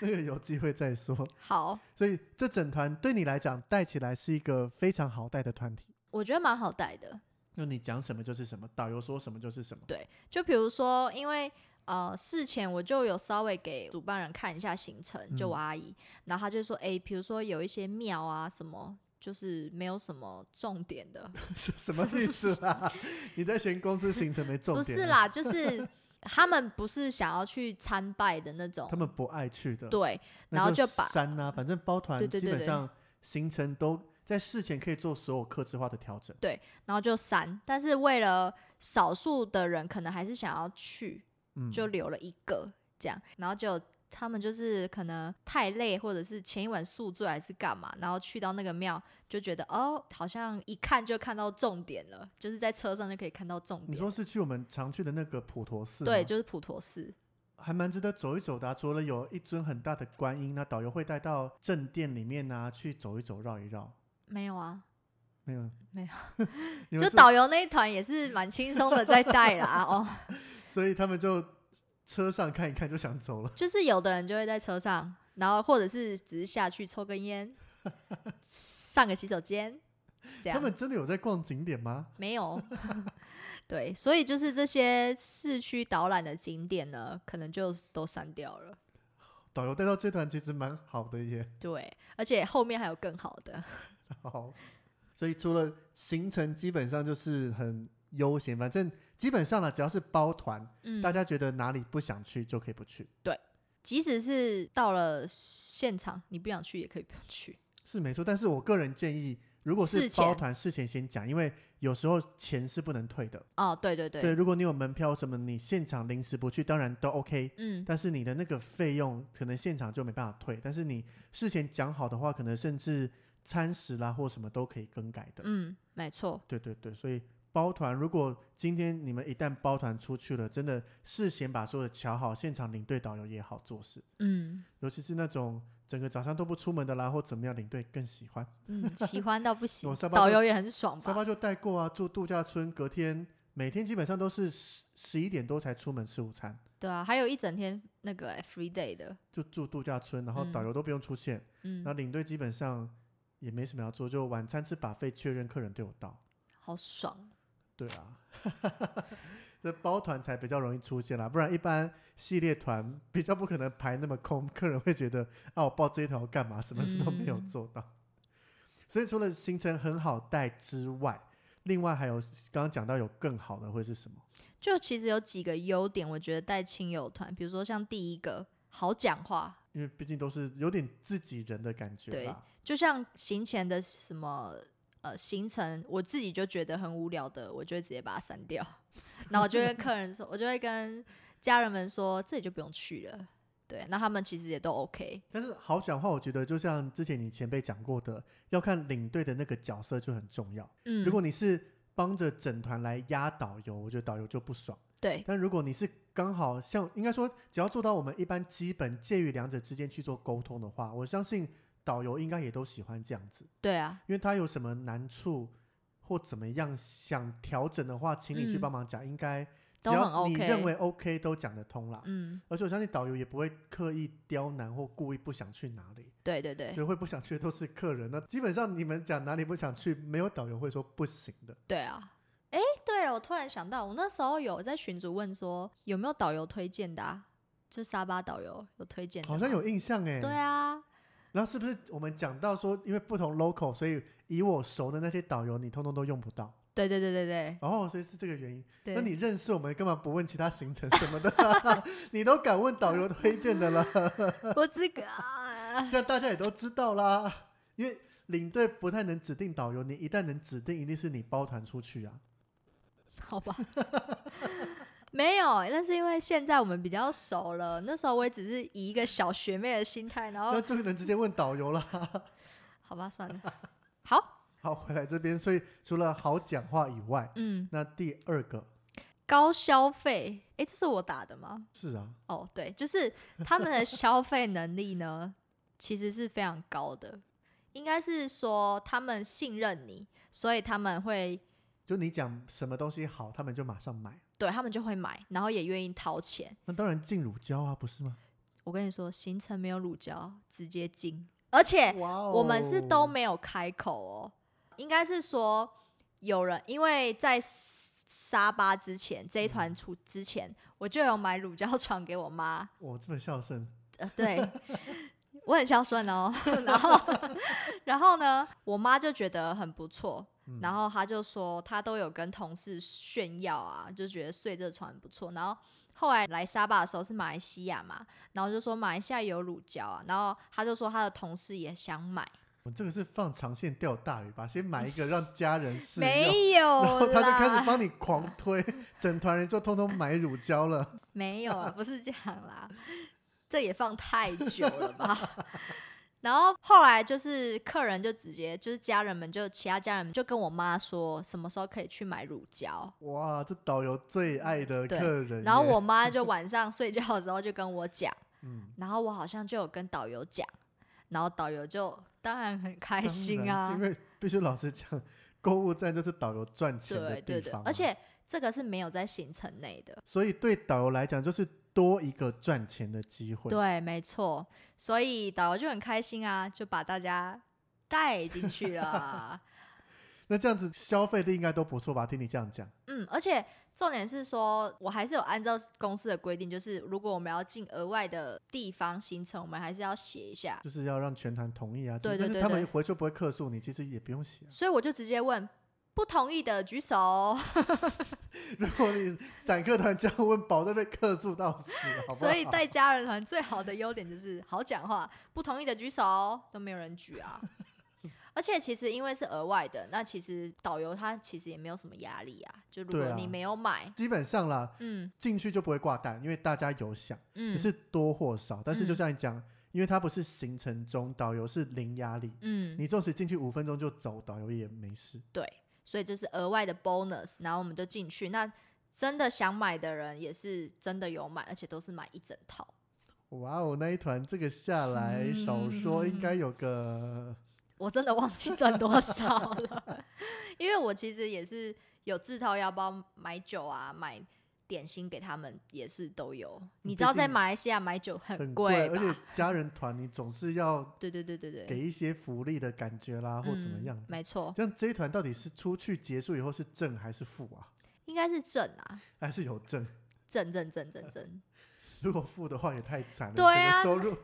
[SPEAKER 2] 那个有机会再说。
[SPEAKER 1] 好，
[SPEAKER 2] 所以这整团对你来讲带起来是一个非常好带的团体。
[SPEAKER 1] 我觉得蛮好带的。
[SPEAKER 2] 那你讲什么就是什么，导游说什么就是什么。
[SPEAKER 1] 就比如说，因为呃事前我就有稍微给主办人看一下行程，就我
[SPEAKER 2] 嗯
[SPEAKER 1] 阿姨，然后她就说，诶，比如说有一些庙啊什么。就是没有什么重点的，
[SPEAKER 2] 是 什么意思啦？ 你在嫌公司行程没 重
[SPEAKER 1] 不
[SPEAKER 2] 点？啊
[SPEAKER 1] 是，啦，就是他们不是想要去参拜的那种
[SPEAKER 2] 他，们不爱去的。
[SPEAKER 1] 对
[SPEAKER 2] 那
[SPEAKER 1] 然后
[SPEAKER 2] 就
[SPEAKER 1] 就把
[SPEAKER 2] 删啊，反正包团
[SPEAKER 1] 对
[SPEAKER 2] 基
[SPEAKER 1] 对对
[SPEAKER 2] 本
[SPEAKER 1] 对
[SPEAKER 2] 上行程都在事前可以做所有客制化的调整。
[SPEAKER 1] 然后就删。但是为了少数的人，可能还是想要去，
[SPEAKER 2] 嗯，
[SPEAKER 1] 就留了一个这样，然后就他们就是可能太累，或者是前一晚宿醉还是干嘛，然后去到那个庙就觉得哦，好像一看就看到重点了，就是在车上就可以看到重
[SPEAKER 2] 你
[SPEAKER 1] 点。
[SPEAKER 2] 说是去我们常去的那个普陀寺吗，
[SPEAKER 1] 对，就是普陀寺。
[SPEAKER 2] 还蛮值得走一走的啊、除了有一尊很大的观音，那导游会带到正殿里面啊去走一走、绕一绕。
[SPEAKER 1] 没有啊，
[SPEAKER 2] 没有，
[SPEAKER 1] 没有
[SPEAKER 2] 你们
[SPEAKER 1] 就
[SPEAKER 2] 住
[SPEAKER 1] 导游那一团也是蛮轻松的在带啦。哦，
[SPEAKER 2] 所以他们就车上看一看就想走了。
[SPEAKER 1] 就是有的人就会在车上，然后或者是只是下去抽根烟，上个洗手间，这样
[SPEAKER 2] 他。们真的有在逛景点吗？
[SPEAKER 1] 没有。 对，所以就是这些市区导览的景点呢，可能就都删掉了。
[SPEAKER 2] 导游带到这团其实蛮好的耶。
[SPEAKER 1] 对，而且后面还有更好 的。
[SPEAKER 2] 好，所以除了行程，基本上就是很悠闲，反正基本上呢，只要是包团，
[SPEAKER 1] 嗯
[SPEAKER 2] 大，家觉得哪里不想去就可以不去，
[SPEAKER 1] 即使是到了现场，你不想去也可以不用去。
[SPEAKER 2] 是没错。但是我个人建议，如果是
[SPEAKER 1] 事前
[SPEAKER 2] 包团，事前先讲，因为有时候钱是不能退的。
[SPEAKER 1] 哦，对对对，
[SPEAKER 2] 对，如果你有门票什么，你现场临时不去，当然都 OK。
[SPEAKER 1] 嗯，
[SPEAKER 2] 但是你的那个费用可能现场就没办法退，但是你事前讲好的话，可能甚至餐食啦或什么都可以更改的。
[SPEAKER 1] 嗯，没错，
[SPEAKER 2] 对对对，所以包团，如果今天你们一旦包团出去了，真的事先把所有的瞧好，现场领队导游也好做事，
[SPEAKER 1] 嗯
[SPEAKER 2] 尤其是那种整个早上都不出门的啦，或怎么样，领队更喜欢。
[SPEAKER 1] 嗯，喜欢 到不行
[SPEAKER 2] 我上，班
[SPEAKER 1] 导
[SPEAKER 2] 就
[SPEAKER 1] 游也很爽
[SPEAKER 2] 沙
[SPEAKER 1] 吧？
[SPEAKER 2] 巴就带过啊，住度假村，隔天每天基本上都是十十一点多才出门吃午餐，
[SPEAKER 1] 对啊，还有一整天那个、欸 free day 的，
[SPEAKER 2] 就住度假村，然后导
[SPEAKER 1] 嗯
[SPEAKER 2] 游都不用出现，
[SPEAKER 1] 嗯
[SPEAKER 2] 然后，领队基本上也没什么要做，就晚餐吃把费确认客人对我到。
[SPEAKER 1] 好爽。
[SPEAKER 2] 对啊， 这包团才比较容易出现啦，不然一般系列团比较不可能排那么空，客人会觉得啊，我报这一团我干嘛？什么事都没有
[SPEAKER 1] 嗯
[SPEAKER 2] 做到。所以除了行程很好带之外，另外还有刚刚讲到有更好的会是什么？
[SPEAKER 1] 就其实有几个优点，我觉得带亲友团，比如说像第一个，好讲话，
[SPEAKER 2] 因为毕竟都是有点自己人的感觉
[SPEAKER 1] 对
[SPEAKER 2] 啦。
[SPEAKER 1] 就像行前的什么呃行程，我自己就觉得很无聊的，我就会直接把它删 掉。然后我就跟客人说，我就会跟家人们说，这里就不用去了，对，那他们其实也都 OK。
[SPEAKER 2] 但是好讲话，我觉得就像之前你前辈讲过的，要看领队的那个角色就很重要。
[SPEAKER 1] 嗯，
[SPEAKER 2] 如果你是帮着整团来压导游，我觉得导游就不爽。
[SPEAKER 1] 对
[SPEAKER 2] 但如果你是刚好像应该说，只要做到我们一般基本介于两者之间去做沟通的话，我相信导游应该也都喜欢这样子，
[SPEAKER 1] 对啊，
[SPEAKER 2] 因为他有什么难处或怎么样想调整的话，请你去
[SPEAKER 1] 嗯
[SPEAKER 2] 帮忙讲，应该只
[SPEAKER 1] 都很
[SPEAKER 2] 要你
[SPEAKER 1] OK
[SPEAKER 2] 认为 OK 都讲得通啦。
[SPEAKER 1] 嗯，
[SPEAKER 2] 而且我相信导游也不会刻意刁难或故意不想去哪里，
[SPEAKER 1] 对对对
[SPEAKER 2] 对，会不想去的都是客人。那基本上你们讲哪里不想去，没有导游会说不行的。
[SPEAKER 1] 对啊。哎，对了，我突然想到，我那时候有在群主问说有没有导游推荐的、啊，就沙巴导游有推荐的，
[SPEAKER 2] 好像。有印象哎、
[SPEAKER 1] 对啊，
[SPEAKER 2] 然后是不是我们讲到说，因为不同 local，所以以我熟的那些导游，你通通都用不到。
[SPEAKER 1] 对对对对对
[SPEAKER 2] 哦，所以是这个原因。
[SPEAKER 1] 对。
[SPEAKER 2] 那你认识我们，干嘛不问其他行程什么的？ 你都敢问导游推荐 的了，
[SPEAKER 1] 我这个、啊，
[SPEAKER 2] 这样大家也都知道啦。因为领队不太能指定导游，你一旦能指定，一定是你包团出去啊。
[SPEAKER 1] 好吧， 没有，但是因为现在我们比较熟了，那时候我也只是以一个小学妹的心态，然
[SPEAKER 2] 那
[SPEAKER 1] 后
[SPEAKER 2] 就能直接问导游啦。
[SPEAKER 1] 好吧，算了，好，
[SPEAKER 2] 好，回来这边，所以除了好讲话以外，
[SPEAKER 1] 嗯，
[SPEAKER 2] 那第二个
[SPEAKER 1] 高消费，诶，这是我打的吗？
[SPEAKER 2] 是啊，
[SPEAKER 1] 哦，对，就是他们的消费能力呢，其实是非常高的，应该是说他们信任你，所以他们会
[SPEAKER 2] 就你讲什么东西好，他们就马上买。
[SPEAKER 1] 对他们就会买，然后也愿意掏钱。
[SPEAKER 2] 那当然进乳胶啊，不是吗？
[SPEAKER 1] 我跟你说，行程没有乳胶，直接进，而且
[SPEAKER 2] 哇哦
[SPEAKER 1] 我们是都没有开口哦，应该是说有人因为在沙巴之前这一团出之前，我就有买乳胶床给我妈，
[SPEAKER 2] 我这么孝顺，
[SPEAKER 1] 呃，对我很孝顺哦，然后然后呢，我妈就觉得很不错，
[SPEAKER 2] 嗯
[SPEAKER 1] 然后她就说她都有跟同事炫耀啊，就觉得睡这床很不错，然后。后来来沙巴的时候是马来西亚嘛，然后就说马来西亚有乳胶啊，然后她就说她的同事也想买，
[SPEAKER 2] 我这个是放长线钓大鱼吧，先买一个让家人 试用，
[SPEAKER 1] 没有
[SPEAKER 2] 然后他
[SPEAKER 1] 啦，
[SPEAKER 2] 就开始帮你狂推，整团人就通通买乳胶了。
[SPEAKER 1] 没有啊，不是这样 啦，这也放太久了吧。 然后后来就是客人就直接就是家人们就其他家人们就跟我妈说什么时候可以去买乳胶，
[SPEAKER 2] 哇，这导游最爱的
[SPEAKER 1] 对
[SPEAKER 2] 客人耶。
[SPEAKER 1] 然 后我妈就晚上睡觉的时候就跟我讲，
[SPEAKER 2] 嗯，
[SPEAKER 1] 然后我好像就有跟导游讲，然后导游就当然很开
[SPEAKER 2] 当
[SPEAKER 1] 心
[SPEAKER 2] 然
[SPEAKER 1] 啊，
[SPEAKER 2] 因为必须老实讲，购物站就是导游赚钱的
[SPEAKER 1] 对对
[SPEAKER 2] 地
[SPEAKER 1] 对
[SPEAKER 2] 方啊，，
[SPEAKER 1] 而且这个是没有在行程内的，
[SPEAKER 2] 所以对导游来讲就是多一个赚钱的机会。
[SPEAKER 1] 对，没错，所以导游就很开心啊，就把大家带进去 了。
[SPEAKER 2] 那这样子消费力应该都不错吧？听你这样讲，
[SPEAKER 1] 嗯，而且重点是说，我还是有按照公司的规定，就是如果我们要进额外的地方行程，我们还是要写一下。
[SPEAKER 2] 就是要让全团同意啊。
[SPEAKER 1] 对对
[SPEAKER 2] 但
[SPEAKER 1] 对
[SPEAKER 2] 是他
[SPEAKER 1] 对
[SPEAKER 2] 们回去不会客诉你，其实也不用写啊、
[SPEAKER 1] 所以我就直接问不同意的举手。
[SPEAKER 2] 如果你散客团这样问，保证被客诉到死，好不好？
[SPEAKER 1] 所以带家人团最好的优点就是好讲话，不同意的举手，都没有人举 啊。而且其实因为是额外的，那其实导游他其实也没有什么压力啊。就如
[SPEAKER 2] 对
[SPEAKER 1] 果
[SPEAKER 2] 啊
[SPEAKER 1] 你没有买，
[SPEAKER 2] 基本上啦，
[SPEAKER 1] 嗯
[SPEAKER 2] 进去就不会挂单，因为大家有想，
[SPEAKER 1] 嗯，
[SPEAKER 2] 只是多或少。但是就
[SPEAKER 1] 嗯
[SPEAKER 2] 像你讲，因为它不是行程中，导游是零压力，
[SPEAKER 1] 嗯，
[SPEAKER 2] 你纵使进去五分钟就走，导游也没事。
[SPEAKER 1] 对，所以这是额外的 bonus，然后我们就进去。那真的想买的人也是真的有买，而且都是买一整套。
[SPEAKER 2] 哇哦，那一团这个下来，少说应
[SPEAKER 1] 嗯
[SPEAKER 2] 该有个
[SPEAKER 1] 我真的忘记赚多少了， 因为我其实也是有自掏腰包买酒啊，买点心给他们也是都有。你知道
[SPEAKER 2] 毕竟
[SPEAKER 1] 在马来西亚买酒
[SPEAKER 2] 很
[SPEAKER 1] 很
[SPEAKER 2] 贵，
[SPEAKER 1] 贵
[SPEAKER 2] 而且
[SPEAKER 1] 吧？
[SPEAKER 2] 家人团你总是要
[SPEAKER 1] 对对对 对对，
[SPEAKER 2] 给一些福利的感觉啦，或怎么
[SPEAKER 1] 嗯
[SPEAKER 2] 样的。
[SPEAKER 1] 没错，
[SPEAKER 2] 这样这一团到底是出去结束以后是正还是负啊？
[SPEAKER 1] 应该是正啊，
[SPEAKER 2] 还是有正？
[SPEAKER 1] 正正正正正，
[SPEAKER 2] 呃如果负的话也太惨了，
[SPEAKER 1] 对啊
[SPEAKER 2] 整个收入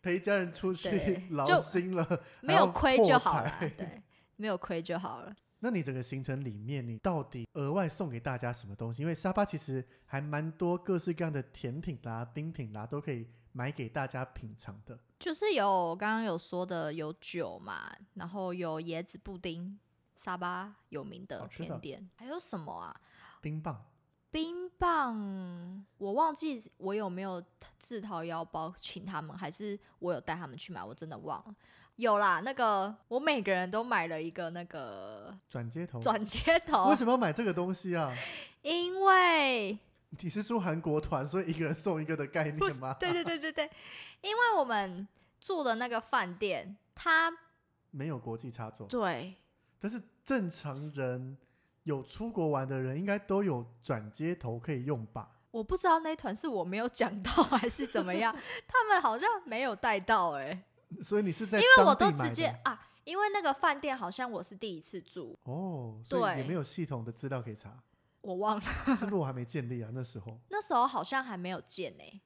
[SPEAKER 2] 陪家人出去
[SPEAKER 1] 对
[SPEAKER 2] 劳
[SPEAKER 1] 就
[SPEAKER 2] 心了，
[SPEAKER 1] 没
[SPEAKER 2] 还
[SPEAKER 1] 有
[SPEAKER 2] 要
[SPEAKER 1] 亏
[SPEAKER 2] 破
[SPEAKER 1] 就好了
[SPEAKER 2] 财。
[SPEAKER 1] 对，没有亏就好了。
[SPEAKER 2] 那你整个行程里面，你到底额外送给大家什么东西？因为沙巴其实还蛮多各式各样的甜品啦、冰品啦，都可以买给大家品尝的。
[SPEAKER 1] 就是有刚刚有说的有酒嘛，然后有椰子布丁，沙巴有名
[SPEAKER 2] 好
[SPEAKER 1] 的
[SPEAKER 2] 吃的
[SPEAKER 1] 甜点，还有什么啊？
[SPEAKER 2] 冰棒，
[SPEAKER 1] 冰棒，我忘记我有没有自掏腰包请他们，还是我有带他们去买，我真的忘了。有啦，那个我每个人都买了一个那个
[SPEAKER 2] 转接头，
[SPEAKER 1] 转接头
[SPEAKER 2] 哦为，什么要买这个东西啊？
[SPEAKER 1] 因为
[SPEAKER 2] 你是说韩国团，所以一个人送一个的概念吗？
[SPEAKER 1] 对对对对对，因为我们住的那个饭店，它
[SPEAKER 2] 没有国际插座，
[SPEAKER 1] 对
[SPEAKER 2] 但是正常人有出国玩的人应该都有转接头可以用吧？
[SPEAKER 1] 我不知道那一团是我没有讲到还是怎么样，他们好像没有带到哎、
[SPEAKER 2] 所以你是在因
[SPEAKER 1] 因为我都直接啊，因为那个饭店好像我是第一次住，
[SPEAKER 2] 哦，所以
[SPEAKER 1] 对
[SPEAKER 2] 也没有系统的资料可以查，
[SPEAKER 1] 我忘了
[SPEAKER 2] 是不是我还没建立啊？那时候，
[SPEAKER 1] 那时候好像还没有建哎、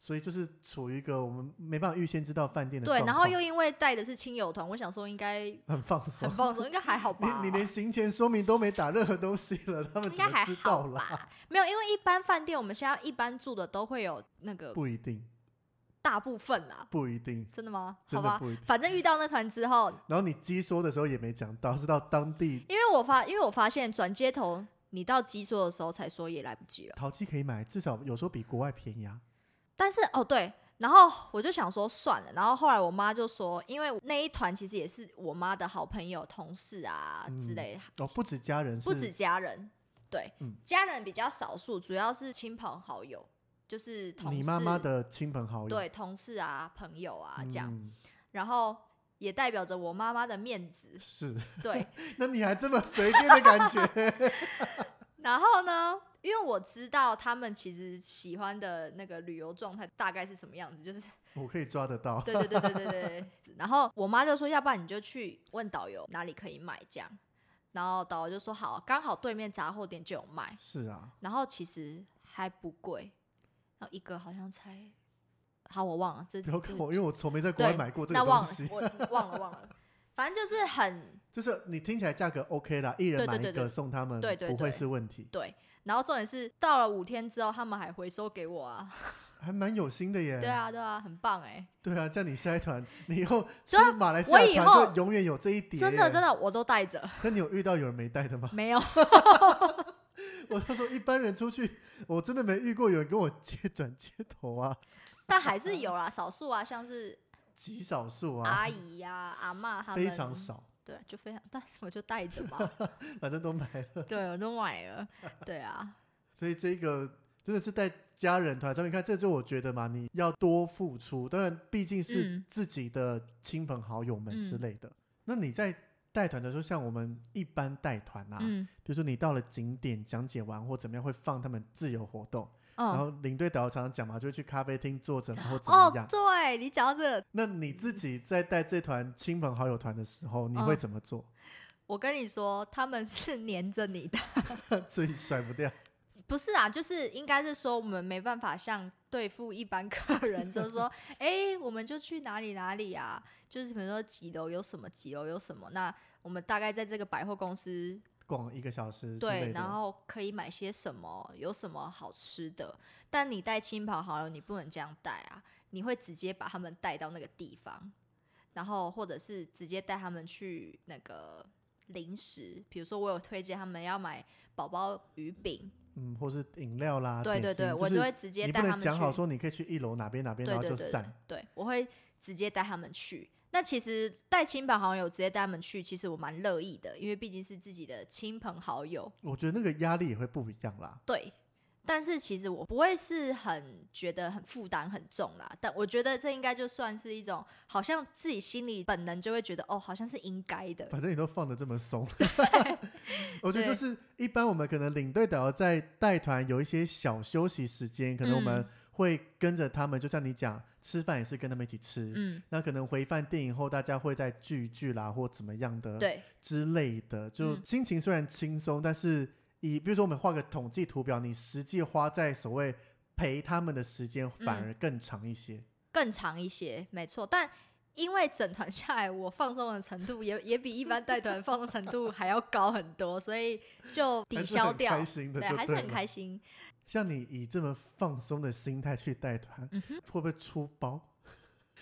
[SPEAKER 2] 所以就是处于一个我们没办法预先知道饭店的
[SPEAKER 1] 对，
[SPEAKER 2] 状
[SPEAKER 1] 然后
[SPEAKER 2] 况
[SPEAKER 1] 又因为带的是亲友团，我想说应该
[SPEAKER 2] 很放
[SPEAKER 1] 很
[SPEAKER 2] 松。
[SPEAKER 1] 放松，应该还好
[SPEAKER 2] 你
[SPEAKER 1] 吧。
[SPEAKER 2] 你连行前说明都没打任何东西了，他们怎
[SPEAKER 1] 应该还
[SPEAKER 2] 么知
[SPEAKER 1] 好
[SPEAKER 2] 道啦？
[SPEAKER 1] 吧？没有，因为一般饭店我们现在一般住的都会有那个
[SPEAKER 2] 不一定，
[SPEAKER 1] 大部分啦，
[SPEAKER 2] 不一定，
[SPEAKER 1] 真的吗？好
[SPEAKER 2] 真的
[SPEAKER 1] 吧，
[SPEAKER 2] 不一定。
[SPEAKER 1] 反正遇到那团之后，
[SPEAKER 2] 然后你鸡说的时候也没讲到，是到当地
[SPEAKER 1] 因为我发，因为我发现转接头，你到基座的时候才说也来不及了。
[SPEAKER 2] 淘气可以买，至少有时候比国外便宜啊。
[SPEAKER 1] 但是哦，对，然后我就想说算了，然后后来我妈就说，因为那一团其实也是我妈的好朋友、同事啊
[SPEAKER 2] 嗯
[SPEAKER 1] 之类的，
[SPEAKER 2] 哦，不止家人，
[SPEAKER 1] 不
[SPEAKER 2] 是
[SPEAKER 1] 止家人，对，
[SPEAKER 2] 嗯
[SPEAKER 1] 家人比较少数，主要是亲朋好友，就是同事，
[SPEAKER 2] 你妈妈的亲朋好友，
[SPEAKER 1] 对同事啊、朋友啊这样，
[SPEAKER 2] 嗯
[SPEAKER 1] 然后也代表着我妈妈的面子，
[SPEAKER 2] 是。
[SPEAKER 1] 对，
[SPEAKER 2] 那你还这么随便的感 觉？
[SPEAKER 1] 然后呢，因为我知道他们其实喜欢的那个旅游状态大概是什么样子，就是
[SPEAKER 2] 我可以抓得到
[SPEAKER 1] 对对对对对对。然后我妈就说，要不然你就去问导游哪里可以买这样。然后导游就说好，刚好对面杂货店就有卖，
[SPEAKER 2] 是啊，
[SPEAKER 1] 然后其实还不贵，然后一个好像才，好我忘了，这
[SPEAKER 2] 不要看
[SPEAKER 1] 这
[SPEAKER 2] 我，因为我从没在国外
[SPEAKER 1] 对
[SPEAKER 2] 买过这
[SPEAKER 1] 那
[SPEAKER 2] 个
[SPEAKER 1] 忘
[SPEAKER 2] 东
[SPEAKER 1] 了
[SPEAKER 2] 西，。
[SPEAKER 1] 我忘了忘了，反正就是很
[SPEAKER 2] 就是你听起来价格 OK 啦，一人
[SPEAKER 1] 对对
[SPEAKER 2] 买
[SPEAKER 1] 对
[SPEAKER 2] 一
[SPEAKER 1] 对
[SPEAKER 2] 个送他们，
[SPEAKER 1] 对对
[SPEAKER 2] 不会
[SPEAKER 1] 对
[SPEAKER 2] 是问题，
[SPEAKER 1] 对。然后重点是到了五天之后，他们还回收给我啊，
[SPEAKER 2] 还蛮有心的耶。
[SPEAKER 1] 对，啊对啊，很棒哎、
[SPEAKER 2] 对啊，叫你下一团， 你以后去
[SPEAKER 1] 对啊
[SPEAKER 2] 马来西
[SPEAKER 1] 我
[SPEAKER 2] 亚
[SPEAKER 1] 以
[SPEAKER 2] 团
[SPEAKER 1] 后
[SPEAKER 2] 就永远有这一点。
[SPEAKER 1] 真的真。的我都带着，
[SPEAKER 2] 那你有遇到有人没带的吗？
[SPEAKER 1] 没有，
[SPEAKER 2] 我就说一般人出去，我真的没遇过有人跟我借转接头啊，
[SPEAKER 1] 但还是有啦，少数啊，像是
[SPEAKER 2] 极少数啊，
[SPEAKER 1] 阿姨呀、阿嬷哎他们，
[SPEAKER 2] 非常，少，
[SPEAKER 1] 对，就非常， 但我就带着吧，
[SPEAKER 2] 反正都买了。
[SPEAKER 1] 对，我都买了，对啊，
[SPEAKER 2] 所以这个真的是带家人团上面看，这就我觉得嘛，你要多付出。当然，毕竟是
[SPEAKER 1] 嗯
[SPEAKER 2] 自己的亲朋好友们之
[SPEAKER 1] 嗯
[SPEAKER 2] 类的。那你在带团的时候，像我们一般带团啊，
[SPEAKER 1] 嗯，
[SPEAKER 2] 比如说你到了景点讲解完或怎么样，会放他们自由活动，然
[SPEAKER 1] 哦，
[SPEAKER 2] 后领队导游常常讲嘛，就会去咖啡厅坐着，然后怎么
[SPEAKER 1] 哦
[SPEAKER 2] 样。，
[SPEAKER 1] 对你讲到这个，
[SPEAKER 2] 那你自己在带这团亲朋好友团的时候，你会
[SPEAKER 1] 嗯
[SPEAKER 2] 怎么做？
[SPEAKER 1] 我跟你说，他们是黏着你的，
[SPEAKER 2] 所以甩不掉。
[SPEAKER 1] 不是啊，就是应该是说我们没办法像对付一般客人，就是说，哎、我们就去哪里哪里啊，就是比如说几楼有什么，几楼有什么，那我们大概在这个百货公司
[SPEAKER 2] 逛一个小时之类
[SPEAKER 1] 对，
[SPEAKER 2] 的，
[SPEAKER 1] 然后可以买些什么，有什么好吃的。但你带亲朋好友，你不能这样带啊，你会直接把他们带到那个地方，然后或者是直接带他们去那个零食，比如说我有推荐他们要买宝宝鱼饼，
[SPEAKER 2] 嗯，或是饮料啦，
[SPEAKER 1] 对对
[SPEAKER 2] 啊点
[SPEAKER 1] 对，
[SPEAKER 2] 心
[SPEAKER 1] 我
[SPEAKER 2] 就是
[SPEAKER 1] 就会直接
[SPEAKER 2] 你
[SPEAKER 1] 带
[SPEAKER 2] 不
[SPEAKER 1] 他
[SPEAKER 2] 能
[SPEAKER 1] 们去
[SPEAKER 2] 讲。好说你可以去一楼哪边哪边，
[SPEAKER 1] 对
[SPEAKER 2] 然后
[SPEAKER 1] 对
[SPEAKER 2] 就
[SPEAKER 1] 对对
[SPEAKER 2] 散。
[SPEAKER 1] 对，我会直接带他们去。那其实带亲朋好友直接带他们去，其实我蛮乐意的，因为毕竟是自己的亲朋好友。
[SPEAKER 2] 我觉得那个压力也会不一样啦。
[SPEAKER 1] 对，但是其实我不会是很觉得很负担很重啦，但我觉得这应该就算是一种，好像自己心里本能就会觉得哦，好像是应该的。
[SPEAKER 2] 反正你都放的这么松， 我觉得就
[SPEAKER 1] 对
[SPEAKER 2] 是一般我们可能领队导游在带团有一些小休息时间，可能我们
[SPEAKER 1] 嗯
[SPEAKER 2] 会跟着他们，就像你讲吃饭也是跟他们一起吃。
[SPEAKER 1] 嗯，
[SPEAKER 2] 那可能回饭店以后，大家会再聚一聚啦，或怎么样的
[SPEAKER 1] 对，
[SPEAKER 2] 之类的，就
[SPEAKER 1] 嗯
[SPEAKER 2] 心情虽然轻松，但是以比如说我们画个统计图表，你实际花在所谓陪他们的时间
[SPEAKER 1] 嗯
[SPEAKER 2] 反而更长一些。
[SPEAKER 1] 更长一些，没错，但。因为整团下来，我放松的程度也也比一般带团放松程度还要高很多，所以就
[SPEAKER 2] 还
[SPEAKER 1] 抵
[SPEAKER 2] 是
[SPEAKER 1] 消
[SPEAKER 2] 很
[SPEAKER 1] 掉
[SPEAKER 2] 开，心的
[SPEAKER 1] 对，
[SPEAKER 2] 就
[SPEAKER 1] 还是很
[SPEAKER 2] 了
[SPEAKER 1] 开心。
[SPEAKER 2] 像你以这么放松的心态去带团，
[SPEAKER 1] 嗯哼，
[SPEAKER 2] 会不会出包？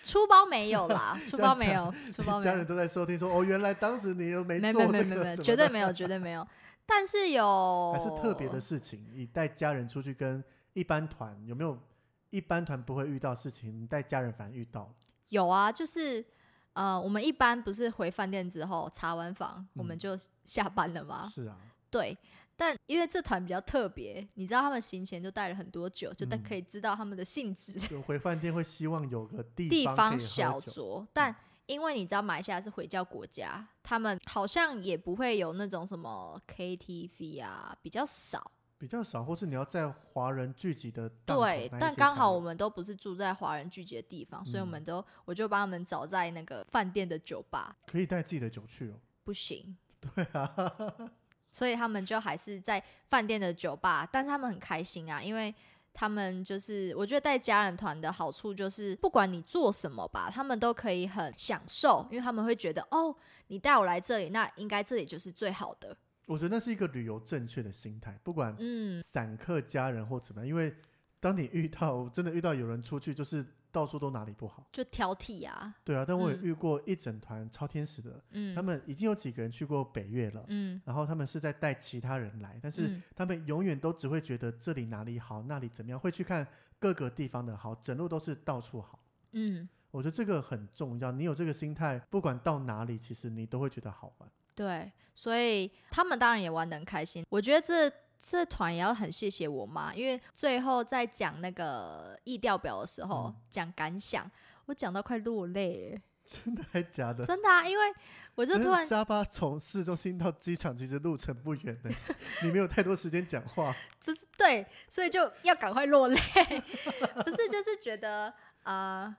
[SPEAKER 1] 出包没 有啦，出
[SPEAKER 2] 这样
[SPEAKER 1] 包没有，出包没
[SPEAKER 2] 家
[SPEAKER 1] 有
[SPEAKER 2] 人。都在收听说，哦，原来当时你又没
[SPEAKER 1] 没
[SPEAKER 2] 做
[SPEAKER 1] 没
[SPEAKER 2] 这
[SPEAKER 1] 没
[SPEAKER 2] 个
[SPEAKER 1] 没
[SPEAKER 2] 什么
[SPEAKER 1] 绝对
[SPEAKER 2] 的
[SPEAKER 1] 没有，绝对没有。但是有
[SPEAKER 2] 还是特别的事情？你带家人出去跟一般团有没有？一般团不会遇到事情，你带家人反而遇到了。
[SPEAKER 1] 有啊，就是呃，我们一般不是回饭店之后查完房，我们
[SPEAKER 2] 嗯
[SPEAKER 1] 就下班了吗？
[SPEAKER 2] 是 啊，
[SPEAKER 1] 对，但因为这团比较特别，你知道他们行前就带了很多酒，就大
[SPEAKER 2] 嗯
[SPEAKER 1] 可以知道他们的性质、
[SPEAKER 2] 就回饭店会希望有个地
[SPEAKER 1] 地
[SPEAKER 2] 方可以喝
[SPEAKER 1] 小
[SPEAKER 2] 酒嗯
[SPEAKER 1] 酌，但。因为你知道马来西亚是回教国家，他们好像也不会有那种什么 KTV 啊，比较少。
[SPEAKER 2] 比较少，或是你要在华人聚集的档口
[SPEAKER 1] 对
[SPEAKER 2] 那一，
[SPEAKER 1] 但
[SPEAKER 2] 些
[SPEAKER 1] 刚
[SPEAKER 2] 才
[SPEAKER 1] 好
[SPEAKER 2] 有
[SPEAKER 1] 我们都不是住在华人聚集的地方，所以我
[SPEAKER 2] 嗯
[SPEAKER 1] 们都我就帮他们找在那个饭店的酒吧，
[SPEAKER 2] 可以带自己的酒去哦。
[SPEAKER 1] 不行，
[SPEAKER 2] 对啊，
[SPEAKER 1] 所以他们就还是在饭店的酒吧，但是他们很开心啊，因为他们就是我觉得带家人团的好处就是，不管你做什么吧，他们都可以很享受，因为他们会觉得哦，你带我来这里，那应该这里就是最好的，
[SPEAKER 2] 我觉得那是一个旅游正确的心态，不管
[SPEAKER 1] 嗯，
[SPEAKER 2] 散客、家人或怎么样，因为当你遇到真的遇到有人出去，就是到处都哪里不好。
[SPEAKER 1] 就挑剔啊，
[SPEAKER 2] 对啊，但我也
[SPEAKER 1] 嗯
[SPEAKER 2] 遇过一整团超天使的，他
[SPEAKER 1] 嗯
[SPEAKER 2] 们已经有几个人去过北越了，
[SPEAKER 1] 嗯，
[SPEAKER 2] 然后他们是在带其他人来，但是
[SPEAKER 1] 嗯
[SPEAKER 2] 他们永远都只会觉得这里哪里好，那里怎么样，会去看各个地方的好，整路都是到处好。
[SPEAKER 1] 嗯，
[SPEAKER 2] 我觉得这个很重要，你有这个心态，不管到哪里，其实你都会觉得好玩。
[SPEAKER 1] 对，所以他们当然也玩得很开心。我觉得这这团也要很谢谢我妈，因为最后在讲那个意调表的时候，
[SPEAKER 2] 嗯
[SPEAKER 1] 讲感想，我讲到快落泪耶，
[SPEAKER 2] 真的还假的？
[SPEAKER 1] 真的啊，因为我就
[SPEAKER 2] 但是
[SPEAKER 1] 突然
[SPEAKER 2] 沙巴从市中心到机场其实路程不远的，你没有太多时间讲话。
[SPEAKER 1] 不是对，所以就要赶快落泪， 不是就是觉得呃。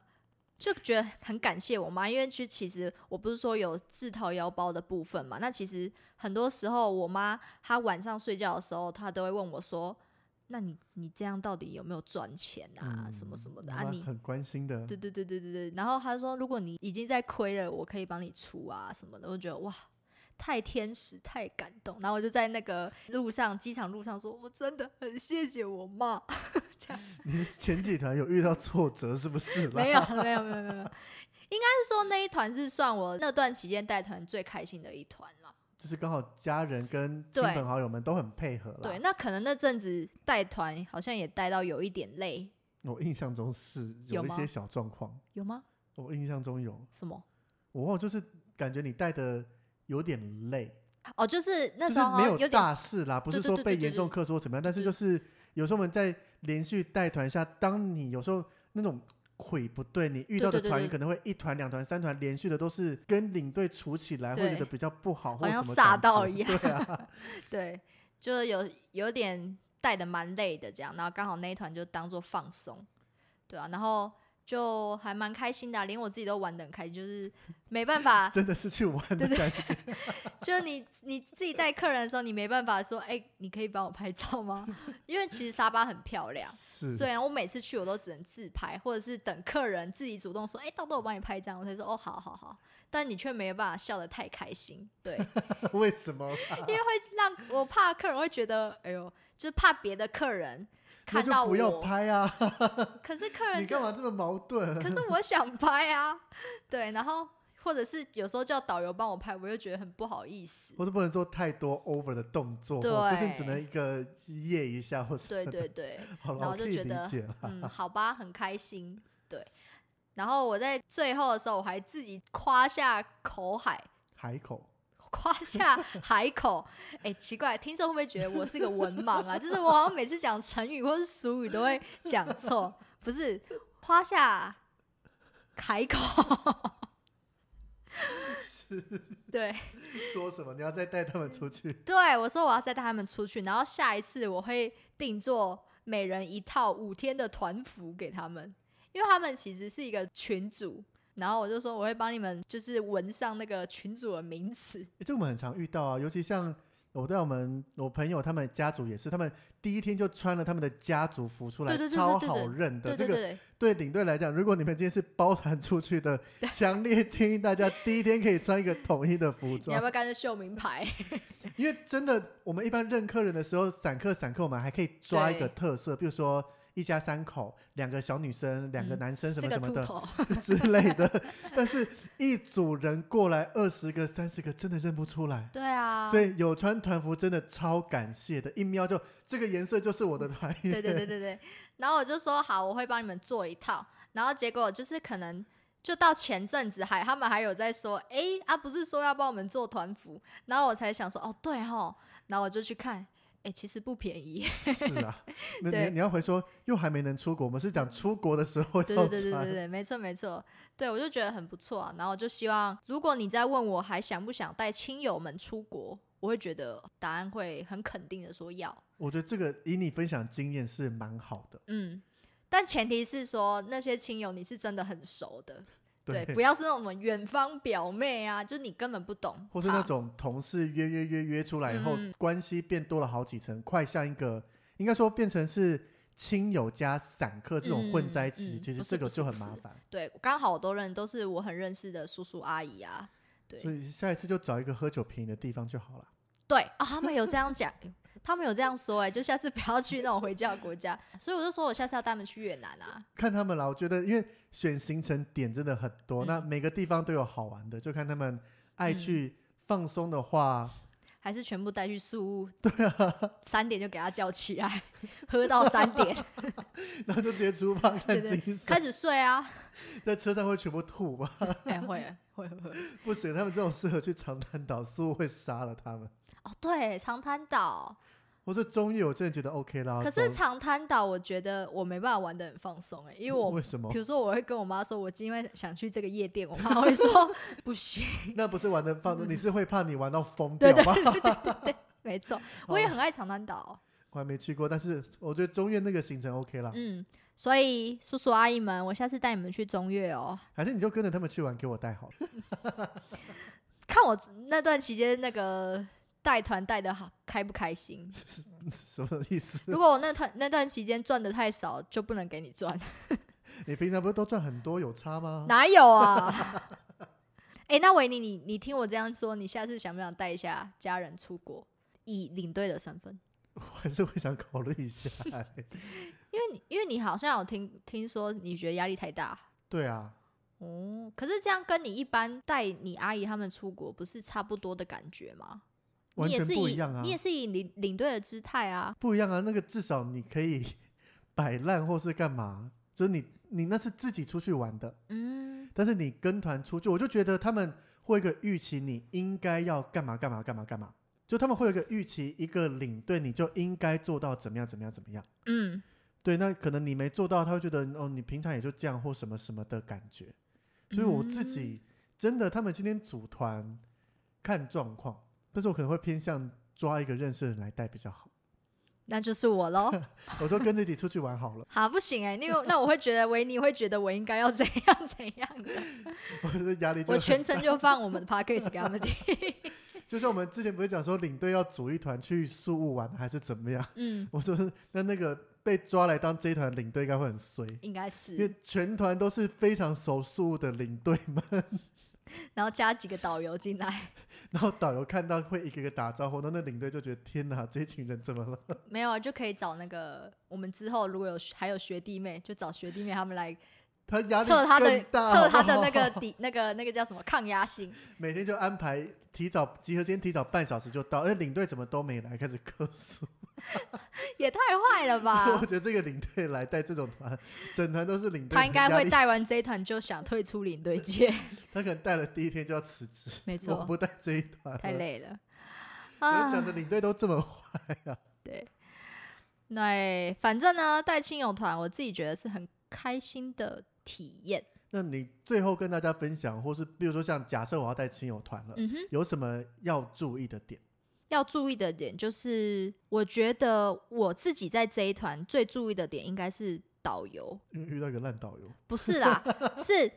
[SPEAKER 1] 就觉得很感谢我妈，因为就其实我不是说有自掏腰包的部分嘛，那其实很多时候我妈她晚上睡觉的时候，她都会问我说：“那你你这样到底有没有赚钱啊？
[SPEAKER 2] 嗯
[SPEAKER 1] 什么什么的
[SPEAKER 2] 妈
[SPEAKER 1] 啊
[SPEAKER 2] 妈
[SPEAKER 1] 你？”
[SPEAKER 2] 很关心的，
[SPEAKER 1] 对对对对对对。然后她说：“如果你已经在亏了，我可以帮你出啊什么的。”我觉得哇，太天使，太感动。然后我就在那个路上，机场路上说，我真的很谢谢我妈。
[SPEAKER 2] 你前几团有遇到挫折是不是啦？
[SPEAKER 1] 没有，没有，没有，没有，没有应该是说那一团是算我那段期间带团最开心的一团了。
[SPEAKER 2] 就是刚好家人跟亲
[SPEAKER 1] 对
[SPEAKER 2] 朋好友们都很配合啦。
[SPEAKER 1] 对，，那可能那阵子带团好像也带到有一点累，
[SPEAKER 2] 我印象中是
[SPEAKER 1] 有
[SPEAKER 2] 有一
[SPEAKER 1] 吗
[SPEAKER 2] 些小状况，
[SPEAKER 1] 有吗？
[SPEAKER 2] 我印象中有，
[SPEAKER 1] 什么？
[SPEAKER 2] 我忘了就是感觉你带的有点累，
[SPEAKER 1] 哦，就是那时候
[SPEAKER 2] 就是
[SPEAKER 1] 好
[SPEAKER 2] 没
[SPEAKER 1] 像有
[SPEAKER 2] 有
[SPEAKER 1] 点
[SPEAKER 2] 大事啦，不
[SPEAKER 1] 对
[SPEAKER 2] 是
[SPEAKER 1] 对
[SPEAKER 2] 说
[SPEAKER 1] 对
[SPEAKER 2] 被
[SPEAKER 1] 对
[SPEAKER 2] 严
[SPEAKER 1] 对
[SPEAKER 2] 重课说怎么样，但是就是有时候我们在连续带团下，当你有时候那种。腿不对，你遇
[SPEAKER 1] 对
[SPEAKER 2] 到的
[SPEAKER 1] 对对
[SPEAKER 2] 团
[SPEAKER 1] 对
[SPEAKER 2] 可能会一团、两团、三团连续的都是跟领队处起来，会觉
[SPEAKER 1] 对
[SPEAKER 2] 得比较不好，
[SPEAKER 1] 好
[SPEAKER 2] 或者
[SPEAKER 1] 像
[SPEAKER 2] 什么
[SPEAKER 1] 撒
[SPEAKER 2] 感
[SPEAKER 1] 到
[SPEAKER 2] 觉
[SPEAKER 1] 一样
[SPEAKER 2] 对啊，
[SPEAKER 1] 对，就是有有点带的蛮累的这样，然后刚好那一团就当做放松，对啊，然后就还蛮开心的啊、连我自己都玩的很开心，就是没 办法，
[SPEAKER 2] 真的是去玩的感觉。
[SPEAKER 1] 就是你你自己带客人的时候，你没办法说，哎、你可以帮我拍照吗？ 因为其实沙巴很漂亮。
[SPEAKER 2] 是，
[SPEAKER 1] 虽然我每次去我都只能自拍，或者是等客人自己主动说：“哎、豆豆，我帮你拍一张。”我才说：“哦，好好好。”但你却没有办法笑得太开心，对，
[SPEAKER 2] 为什么啦？
[SPEAKER 1] 因为会让我怕客人会觉得，哎呦，就是怕别的客人
[SPEAKER 2] 那
[SPEAKER 1] 看
[SPEAKER 2] 就
[SPEAKER 1] 到我。
[SPEAKER 2] 不要拍 啊！
[SPEAKER 1] 可是客人
[SPEAKER 2] 你
[SPEAKER 1] 就
[SPEAKER 2] 干，嘛这么矛盾？
[SPEAKER 1] 可是我想拍啊， 对，然后或者是有时候叫导游帮我拍，我又觉得很不好意思。
[SPEAKER 2] 我都不能做太多 over 的动作，哦就是你只
[SPEAKER 1] 对
[SPEAKER 2] 能一个夜一下或是
[SPEAKER 1] 对对对，
[SPEAKER 2] 好了，
[SPEAKER 1] 然后
[SPEAKER 2] 我
[SPEAKER 1] 就
[SPEAKER 2] 可以
[SPEAKER 1] 觉
[SPEAKER 2] 理
[SPEAKER 1] 得
[SPEAKER 2] 解了。
[SPEAKER 1] 嗯，好吧，很开心，对。然后我在最后的时候，我还自己夸下口海，
[SPEAKER 2] 海口，
[SPEAKER 1] 夸下海口。 哎、奇怪，听众会不会觉得我是个文盲啊？ 就是我好像每次讲成语或是俗语都会讲错，不是夸下海口。 对
[SPEAKER 2] 说什么？你要再带他们出去？
[SPEAKER 1] 对，我说我要再带他们出去，然后下一次我会定做每人一套五天的团服给他们，因为他们其实是一个群组，然后我就说我会帮你们就是纹上那个群组的名词，
[SPEAKER 2] 欸这我们很常遇到啊，尤其像我对我们我朋友他们家族也是，他们第一天就穿了他们的家族服出来
[SPEAKER 1] 对对，对
[SPEAKER 2] 超
[SPEAKER 1] 对对
[SPEAKER 2] 好认的。
[SPEAKER 1] 对
[SPEAKER 2] 这个
[SPEAKER 1] 对对，
[SPEAKER 2] 对领队来讲，如果你们今天是包团出去的，强烈建议大家第一天可以穿一个统一的服
[SPEAKER 1] 你要
[SPEAKER 2] 装
[SPEAKER 1] 不，要干脆秀名牌？
[SPEAKER 2] 因为真的我们一般认客人的时候，散客散客我们还可以抓一个
[SPEAKER 1] 对
[SPEAKER 2] 特色，比如说。一家三口，两个小女生，两个
[SPEAKER 1] 嗯
[SPEAKER 2] 男生什
[SPEAKER 1] 这
[SPEAKER 2] 么
[SPEAKER 1] 个
[SPEAKER 2] 什么
[SPEAKER 1] 秃
[SPEAKER 2] 的、
[SPEAKER 1] 头，
[SPEAKER 2] 之类的， 但是一组人过来二十个、三十个，真的认不出来。
[SPEAKER 1] 对啊，
[SPEAKER 2] 所以有穿团服真的超感谢的，一瞄就这个颜色就是我的团员。
[SPEAKER 1] 对对对对对。然后我就说好，我会帮你们做一套。然后结果就是可能就到前阵子还他们还有在说，哎、啊不是说要帮我们做团服，然后我才想说哦对吼，然后我就去看，哎、其实不便宜。
[SPEAKER 2] 是 啊，那
[SPEAKER 1] 对
[SPEAKER 2] 你你要回说又还没能出国，我们是讲出国的时候
[SPEAKER 1] 对
[SPEAKER 2] 要
[SPEAKER 1] 对对对对
[SPEAKER 2] 穿。
[SPEAKER 1] 对，没错没错，对我就觉得很不错啊。然后就希望，如果你在问我还想不想带亲友们出国，我会觉得答案会很肯定的说要，
[SPEAKER 2] 我觉得这个以你分享经验是蛮好的，
[SPEAKER 1] 嗯。但前提是说那些亲友你是真的很熟的，对，
[SPEAKER 2] 对，
[SPEAKER 1] 不要是那种什么远方表妹啊，就你根本不懂，
[SPEAKER 2] 或是那，种同事约约约约出来以后，
[SPEAKER 1] 啊嗯
[SPEAKER 2] 关系变多了好几层，快像一个应该说变成是亲友加散客这种混在一起，
[SPEAKER 1] 嗯嗯
[SPEAKER 2] 其实
[SPEAKER 1] 不是
[SPEAKER 2] 这个
[SPEAKER 1] 不是
[SPEAKER 2] 就很
[SPEAKER 1] 不
[SPEAKER 2] 麻
[SPEAKER 1] 是
[SPEAKER 2] 烦。
[SPEAKER 1] 对，刚好我都认都是我很认识的叔叔阿姨啊，对
[SPEAKER 2] 所以下一次就找一个喝酒便宜的地方就好了。
[SPEAKER 1] 对啊、他们有这样讲，他们有这样说、哎，就下次不要去那种回教国家，所以我就说我下次要带他们去越南啊，
[SPEAKER 2] 看他们啦，我觉得因为选行程点真的很多，
[SPEAKER 1] 嗯
[SPEAKER 2] 那每个地方都有好玩的，就看他们爱
[SPEAKER 1] 嗯
[SPEAKER 2] 去放松的 话，
[SPEAKER 1] 还是全部带去宿务，对啊，三点就给他叫起来，喝到 三点
[SPEAKER 2] 然后就直接出发看
[SPEAKER 1] 对对
[SPEAKER 2] 金山
[SPEAKER 1] 开，始睡啊，
[SPEAKER 2] 在车上会全部吐吧？
[SPEAKER 1] 哎、会会会
[SPEAKER 2] 不行，他们这种适合去长滩岛，似乎会杀了他们。
[SPEAKER 1] 哦，对，长滩岛，
[SPEAKER 2] 我说终于我真的觉得 OK 啦，
[SPEAKER 1] 可
[SPEAKER 2] 走
[SPEAKER 1] 是长滩岛我觉得我没办法玩的很放松哎、因为我
[SPEAKER 2] 为什么
[SPEAKER 1] 比？如说，我会跟我妈说，我今天想去这个夜店，我妈会说不行。
[SPEAKER 2] 那不是玩的放
[SPEAKER 1] 嗯
[SPEAKER 2] 松，你是会怕你玩到疯掉吧？
[SPEAKER 1] 没错，我也很爱长滩岛，哦
[SPEAKER 2] 我还没去过，但是我觉得中越那个行程 OK 啦，
[SPEAKER 1] 嗯，所以叔叔阿姨们，我下次带你们去中越哦。
[SPEAKER 2] 还是你就跟着他们去玩，给我带好了。
[SPEAKER 1] 看我那段期间那个带团带的好开不开心？
[SPEAKER 2] 什么意思？
[SPEAKER 1] 如果我那团那段期间赚的太少，就不能给你赚，
[SPEAKER 2] 你平常不是都赚很多，有差吗？
[SPEAKER 1] 哪有啊？哎、那维尼，你你听我这样说，你下次想不想带一下家人出国，以领队的身份？
[SPEAKER 2] 我还是会想考虑一下欸、
[SPEAKER 1] 因为你因为你好像有听听说，你觉得压力太大。
[SPEAKER 2] 对啊，
[SPEAKER 1] 哦，可是这样跟你一般带你阿姨他们出国，不是差不多的感觉吗？
[SPEAKER 2] 完
[SPEAKER 1] 你也
[SPEAKER 2] 全
[SPEAKER 1] 是
[SPEAKER 2] 不
[SPEAKER 1] 以
[SPEAKER 2] 一样啊
[SPEAKER 1] 你，也是以领领队的姿态啊。
[SPEAKER 2] 不一样啊。那个至少你可以 摆烂或是干嘛，就是你你那是自己出去玩的，
[SPEAKER 1] 嗯，
[SPEAKER 2] 但是你跟团出去，我就觉得他们会有一个预期，你应该要干嘛干嘛干嘛干嘛，就他们会有一个预期，一个领队你就应该做到怎么样怎么样怎么样。
[SPEAKER 1] 嗯，
[SPEAKER 2] 对，那可能你没做到，他会觉得哦，你平常也就这样或什么什么的感觉。所以我自
[SPEAKER 1] 嗯
[SPEAKER 2] 己、真的，他们今天组团看状况，但是我可能会偏向抓一个认识的人来带比较好。
[SPEAKER 1] 那就是我 喽。
[SPEAKER 2] 我就跟自己出去玩好了，
[SPEAKER 1] 好，不行哎、因为那我会觉得维尼会觉得我应该要怎样 怎样的，
[SPEAKER 2] 我的压 力就
[SPEAKER 1] 我
[SPEAKER 2] 很
[SPEAKER 1] 全程就放我们的 p a c k a g e 给他们听。
[SPEAKER 2] 就像我们之前不是讲说领队要组一团去宿务玩还是怎么样？
[SPEAKER 1] 嗯，
[SPEAKER 2] 我说那那个被抓来当这一团领队应该会很衰，
[SPEAKER 1] 应该
[SPEAKER 2] 因为
[SPEAKER 1] 是，
[SPEAKER 2] 全团都是非常熟宿务的领队们，
[SPEAKER 1] 然后加几个导游进来。
[SPEAKER 2] 然后导游看到会一个一个打招呼，那那领队就觉得天哪，这一群人怎么了？
[SPEAKER 1] 没有啊，就可以找那个我们之后如果有还有学弟妹，就找学弟妹他们来
[SPEAKER 2] 他压力
[SPEAKER 1] 测他的
[SPEAKER 2] 更大哦
[SPEAKER 1] 测
[SPEAKER 2] 好
[SPEAKER 1] 他
[SPEAKER 2] 不
[SPEAKER 1] 的
[SPEAKER 2] 好
[SPEAKER 1] 那个底那个那个叫什么抗压性，
[SPEAKER 2] 每天就安排提早集合间提早半小时就到，而领队怎么都没来，开始咳嗽。
[SPEAKER 1] 也太坏了 吧
[SPEAKER 2] 我！觉得这个领队来带这种团，整团都是领队，
[SPEAKER 1] 他应该
[SPEAKER 2] 压
[SPEAKER 1] 会
[SPEAKER 2] 力，
[SPEAKER 1] 带完这一团就想退出领队 界，
[SPEAKER 2] 他可能带了第一天就要辞职。
[SPEAKER 1] 没
[SPEAKER 2] 我
[SPEAKER 1] 错，
[SPEAKER 2] 不带这一团了，
[SPEAKER 1] 太累了
[SPEAKER 2] 人讲
[SPEAKER 1] 啊。
[SPEAKER 2] 的领队都这么坏，
[SPEAKER 1] 对，那反正呢，带亲友团我自己觉得是很开心的体验。
[SPEAKER 2] 那你最后跟大家分享，或是比如说像假设我要带亲友团了，
[SPEAKER 1] 嗯哼，
[SPEAKER 2] 有什么要注意的点？
[SPEAKER 1] 要注意的点就是，我觉得我自己在这一团最注意的点应该是导游，
[SPEAKER 2] 因为遇到一个烂导游，
[SPEAKER 1] 不 是啦，是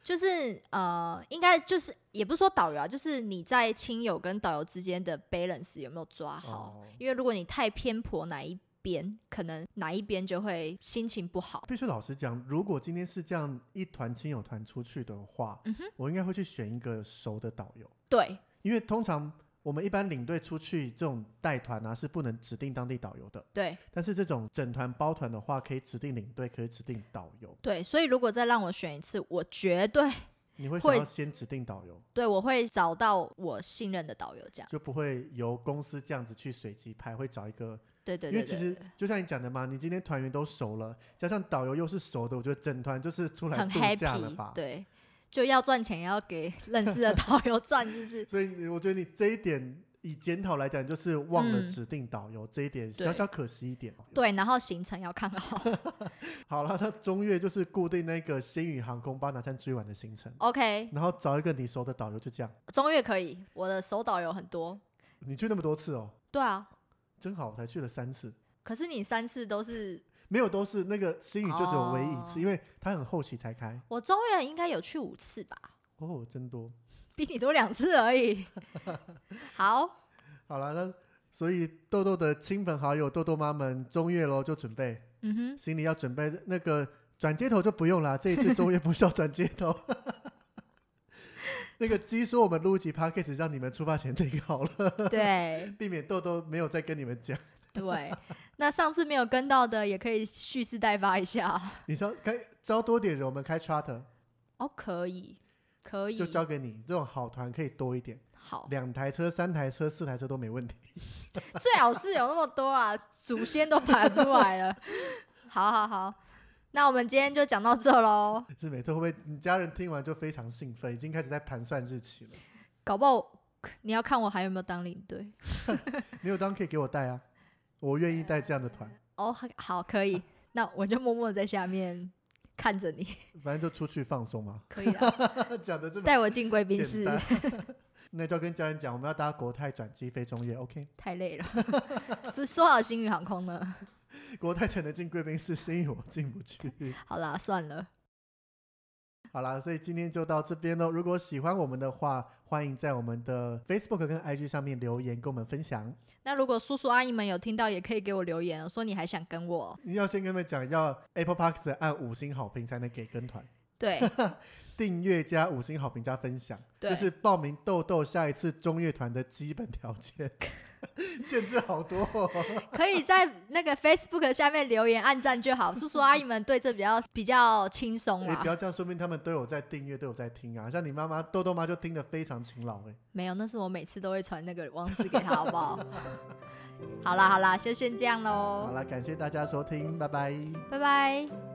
[SPEAKER 1] 就是呃，应该就是也不是说导游啊，就是你在亲友跟导游之间的 balance 有没有抓好？
[SPEAKER 2] 哦
[SPEAKER 1] 因为如果你太偏颇哪一边，可能哪一边就会心情不好。
[SPEAKER 2] 必须老实讲，如果今天是这样一团亲友团出去的话，
[SPEAKER 1] 嗯哼
[SPEAKER 2] 我应该会去选一个熟的导游，
[SPEAKER 1] 对，
[SPEAKER 2] 因为通常我们一般领队出去这种带团啊，是不能指定当地导游的。
[SPEAKER 1] 对
[SPEAKER 2] 但是这种整团包团的话，可以指定领队，可以指定导游。
[SPEAKER 1] 对，所以如果再让我选一次，我绝对
[SPEAKER 2] 你会想
[SPEAKER 1] 会
[SPEAKER 2] 要先指定导游，
[SPEAKER 1] 对我会找到我信任的导游，这样。
[SPEAKER 2] 就不会由公司这样子去随机拍，会找一个。
[SPEAKER 1] 对对
[SPEAKER 2] 因
[SPEAKER 1] 对
[SPEAKER 2] 为其
[SPEAKER 1] 对
[SPEAKER 2] 实就像你讲的嘛，你今天团员都熟了，加上导游又是熟的，我觉得整团就是出来
[SPEAKER 1] 很
[SPEAKER 2] 度假了
[SPEAKER 1] happy，
[SPEAKER 2] 吧。
[SPEAKER 1] 对，就要赚钱，也要给认识的 导游赚，就是
[SPEAKER 2] 所以你我觉得你这一点以检讨来讲，就是忘了
[SPEAKER 1] 嗯
[SPEAKER 2] 指定导游、这一点，
[SPEAKER 1] 对
[SPEAKER 2] 小小可惜一点。哦
[SPEAKER 1] 对，然后行程要看好。
[SPEAKER 2] 好了，那中越就是固定那个星宇航空巴拿山追晚的行程，
[SPEAKER 1] OK，
[SPEAKER 2] 然后找一个你熟的导游，就这样。
[SPEAKER 1] 中越可以，我的手导游很多。
[SPEAKER 2] 你去那么多次哦，
[SPEAKER 1] 对啊，
[SPEAKER 2] 真好，我才去了三次，
[SPEAKER 1] 可是你三次都是
[SPEAKER 2] 没有都是那个星宇就只有唯一一次，
[SPEAKER 1] 哦
[SPEAKER 2] 因为它很后期才开。
[SPEAKER 1] 我中越应该有去五次吧，
[SPEAKER 2] 哦，真多。
[SPEAKER 1] 比你多两次而已。 好，
[SPEAKER 2] 好了，那所以豆豆的亲朋好友、豆豆妈们，中越喽就准备，
[SPEAKER 1] 嗯哼，
[SPEAKER 2] 行李要准备那个转接头就不用啦，这一次中越不需要转接头。 那个鸡说我们录一集 p o d c a s 让你们出发前听好了，
[SPEAKER 1] 对
[SPEAKER 2] 避免豆豆没有再跟你们讲。
[SPEAKER 1] 对，那上次没有跟到的也可以蓄势待发一下，
[SPEAKER 2] 你招开招多点人，我们开 charter
[SPEAKER 1] 哦，可以，可以
[SPEAKER 2] 就，交给你，这种好团可以多一点，
[SPEAKER 1] 好，
[SPEAKER 2] 两台车、三台车、四台车都没问题。
[SPEAKER 1] 最好是有那么多啊，祖先都爬出来了。好好好，那我们今天就讲到这喽。
[SPEAKER 2] 是没错，会不会你家人听完就非常兴奋，已经开始在盘算日期了？
[SPEAKER 1] 搞不好你要看我还有没有当领队
[SPEAKER 2] 你有当可以给我带啊，我愿意带这样的团，
[SPEAKER 1] 哦。好，可以，那我就默默地在下面看着你，
[SPEAKER 2] 反正就出去放松嘛。
[SPEAKER 1] 可以的，
[SPEAKER 2] 讲的这么
[SPEAKER 1] 带我进贵宾
[SPEAKER 2] 简
[SPEAKER 1] 室。
[SPEAKER 2] 单，那就要跟家人讲，我们要搭国泰转机飞中越，OK？
[SPEAKER 1] 太累了， 不是说好星宇航空呢？
[SPEAKER 2] 国泰才能进贵宾室，是因为我进不去。
[SPEAKER 1] 好啦，算了，
[SPEAKER 2] 好啦，所以今天就到这边喽。如果喜欢我们的话，欢迎在我们的 Facebook 跟 IG 上面留言跟我们分享。
[SPEAKER 1] 那如果叔叔阿姨们有听到，也可以给我留言哦，说你还想跟我。
[SPEAKER 2] 你要先跟他们讲，要 Apple Park 按五星好评才能给跟团，
[SPEAKER 1] 对
[SPEAKER 2] 订阅加五星好评加分享，
[SPEAKER 1] 对
[SPEAKER 2] 这是报名豆豆下一次中乐团的基本条件。 限制好多、哦，
[SPEAKER 1] 可以在那个 Facebook 下面留言、按赞就好。叔叔阿姨们对这比较比较轻松
[SPEAKER 2] 你、
[SPEAKER 1] 啦
[SPEAKER 2] 不。要这样，说明他们都有在订阅，都有在听啊。像你妈妈豆豆妈就听得非常勤劳哎、
[SPEAKER 1] 没有，那是我每次都会传那个网址给他，好不好？ 好啦好啦，就先这样
[SPEAKER 2] 好
[SPEAKER 1] 喽，
[SPEAKER 2] 了，感谢大家收听，拜拜。
[SPEAKER 1] 拜拜。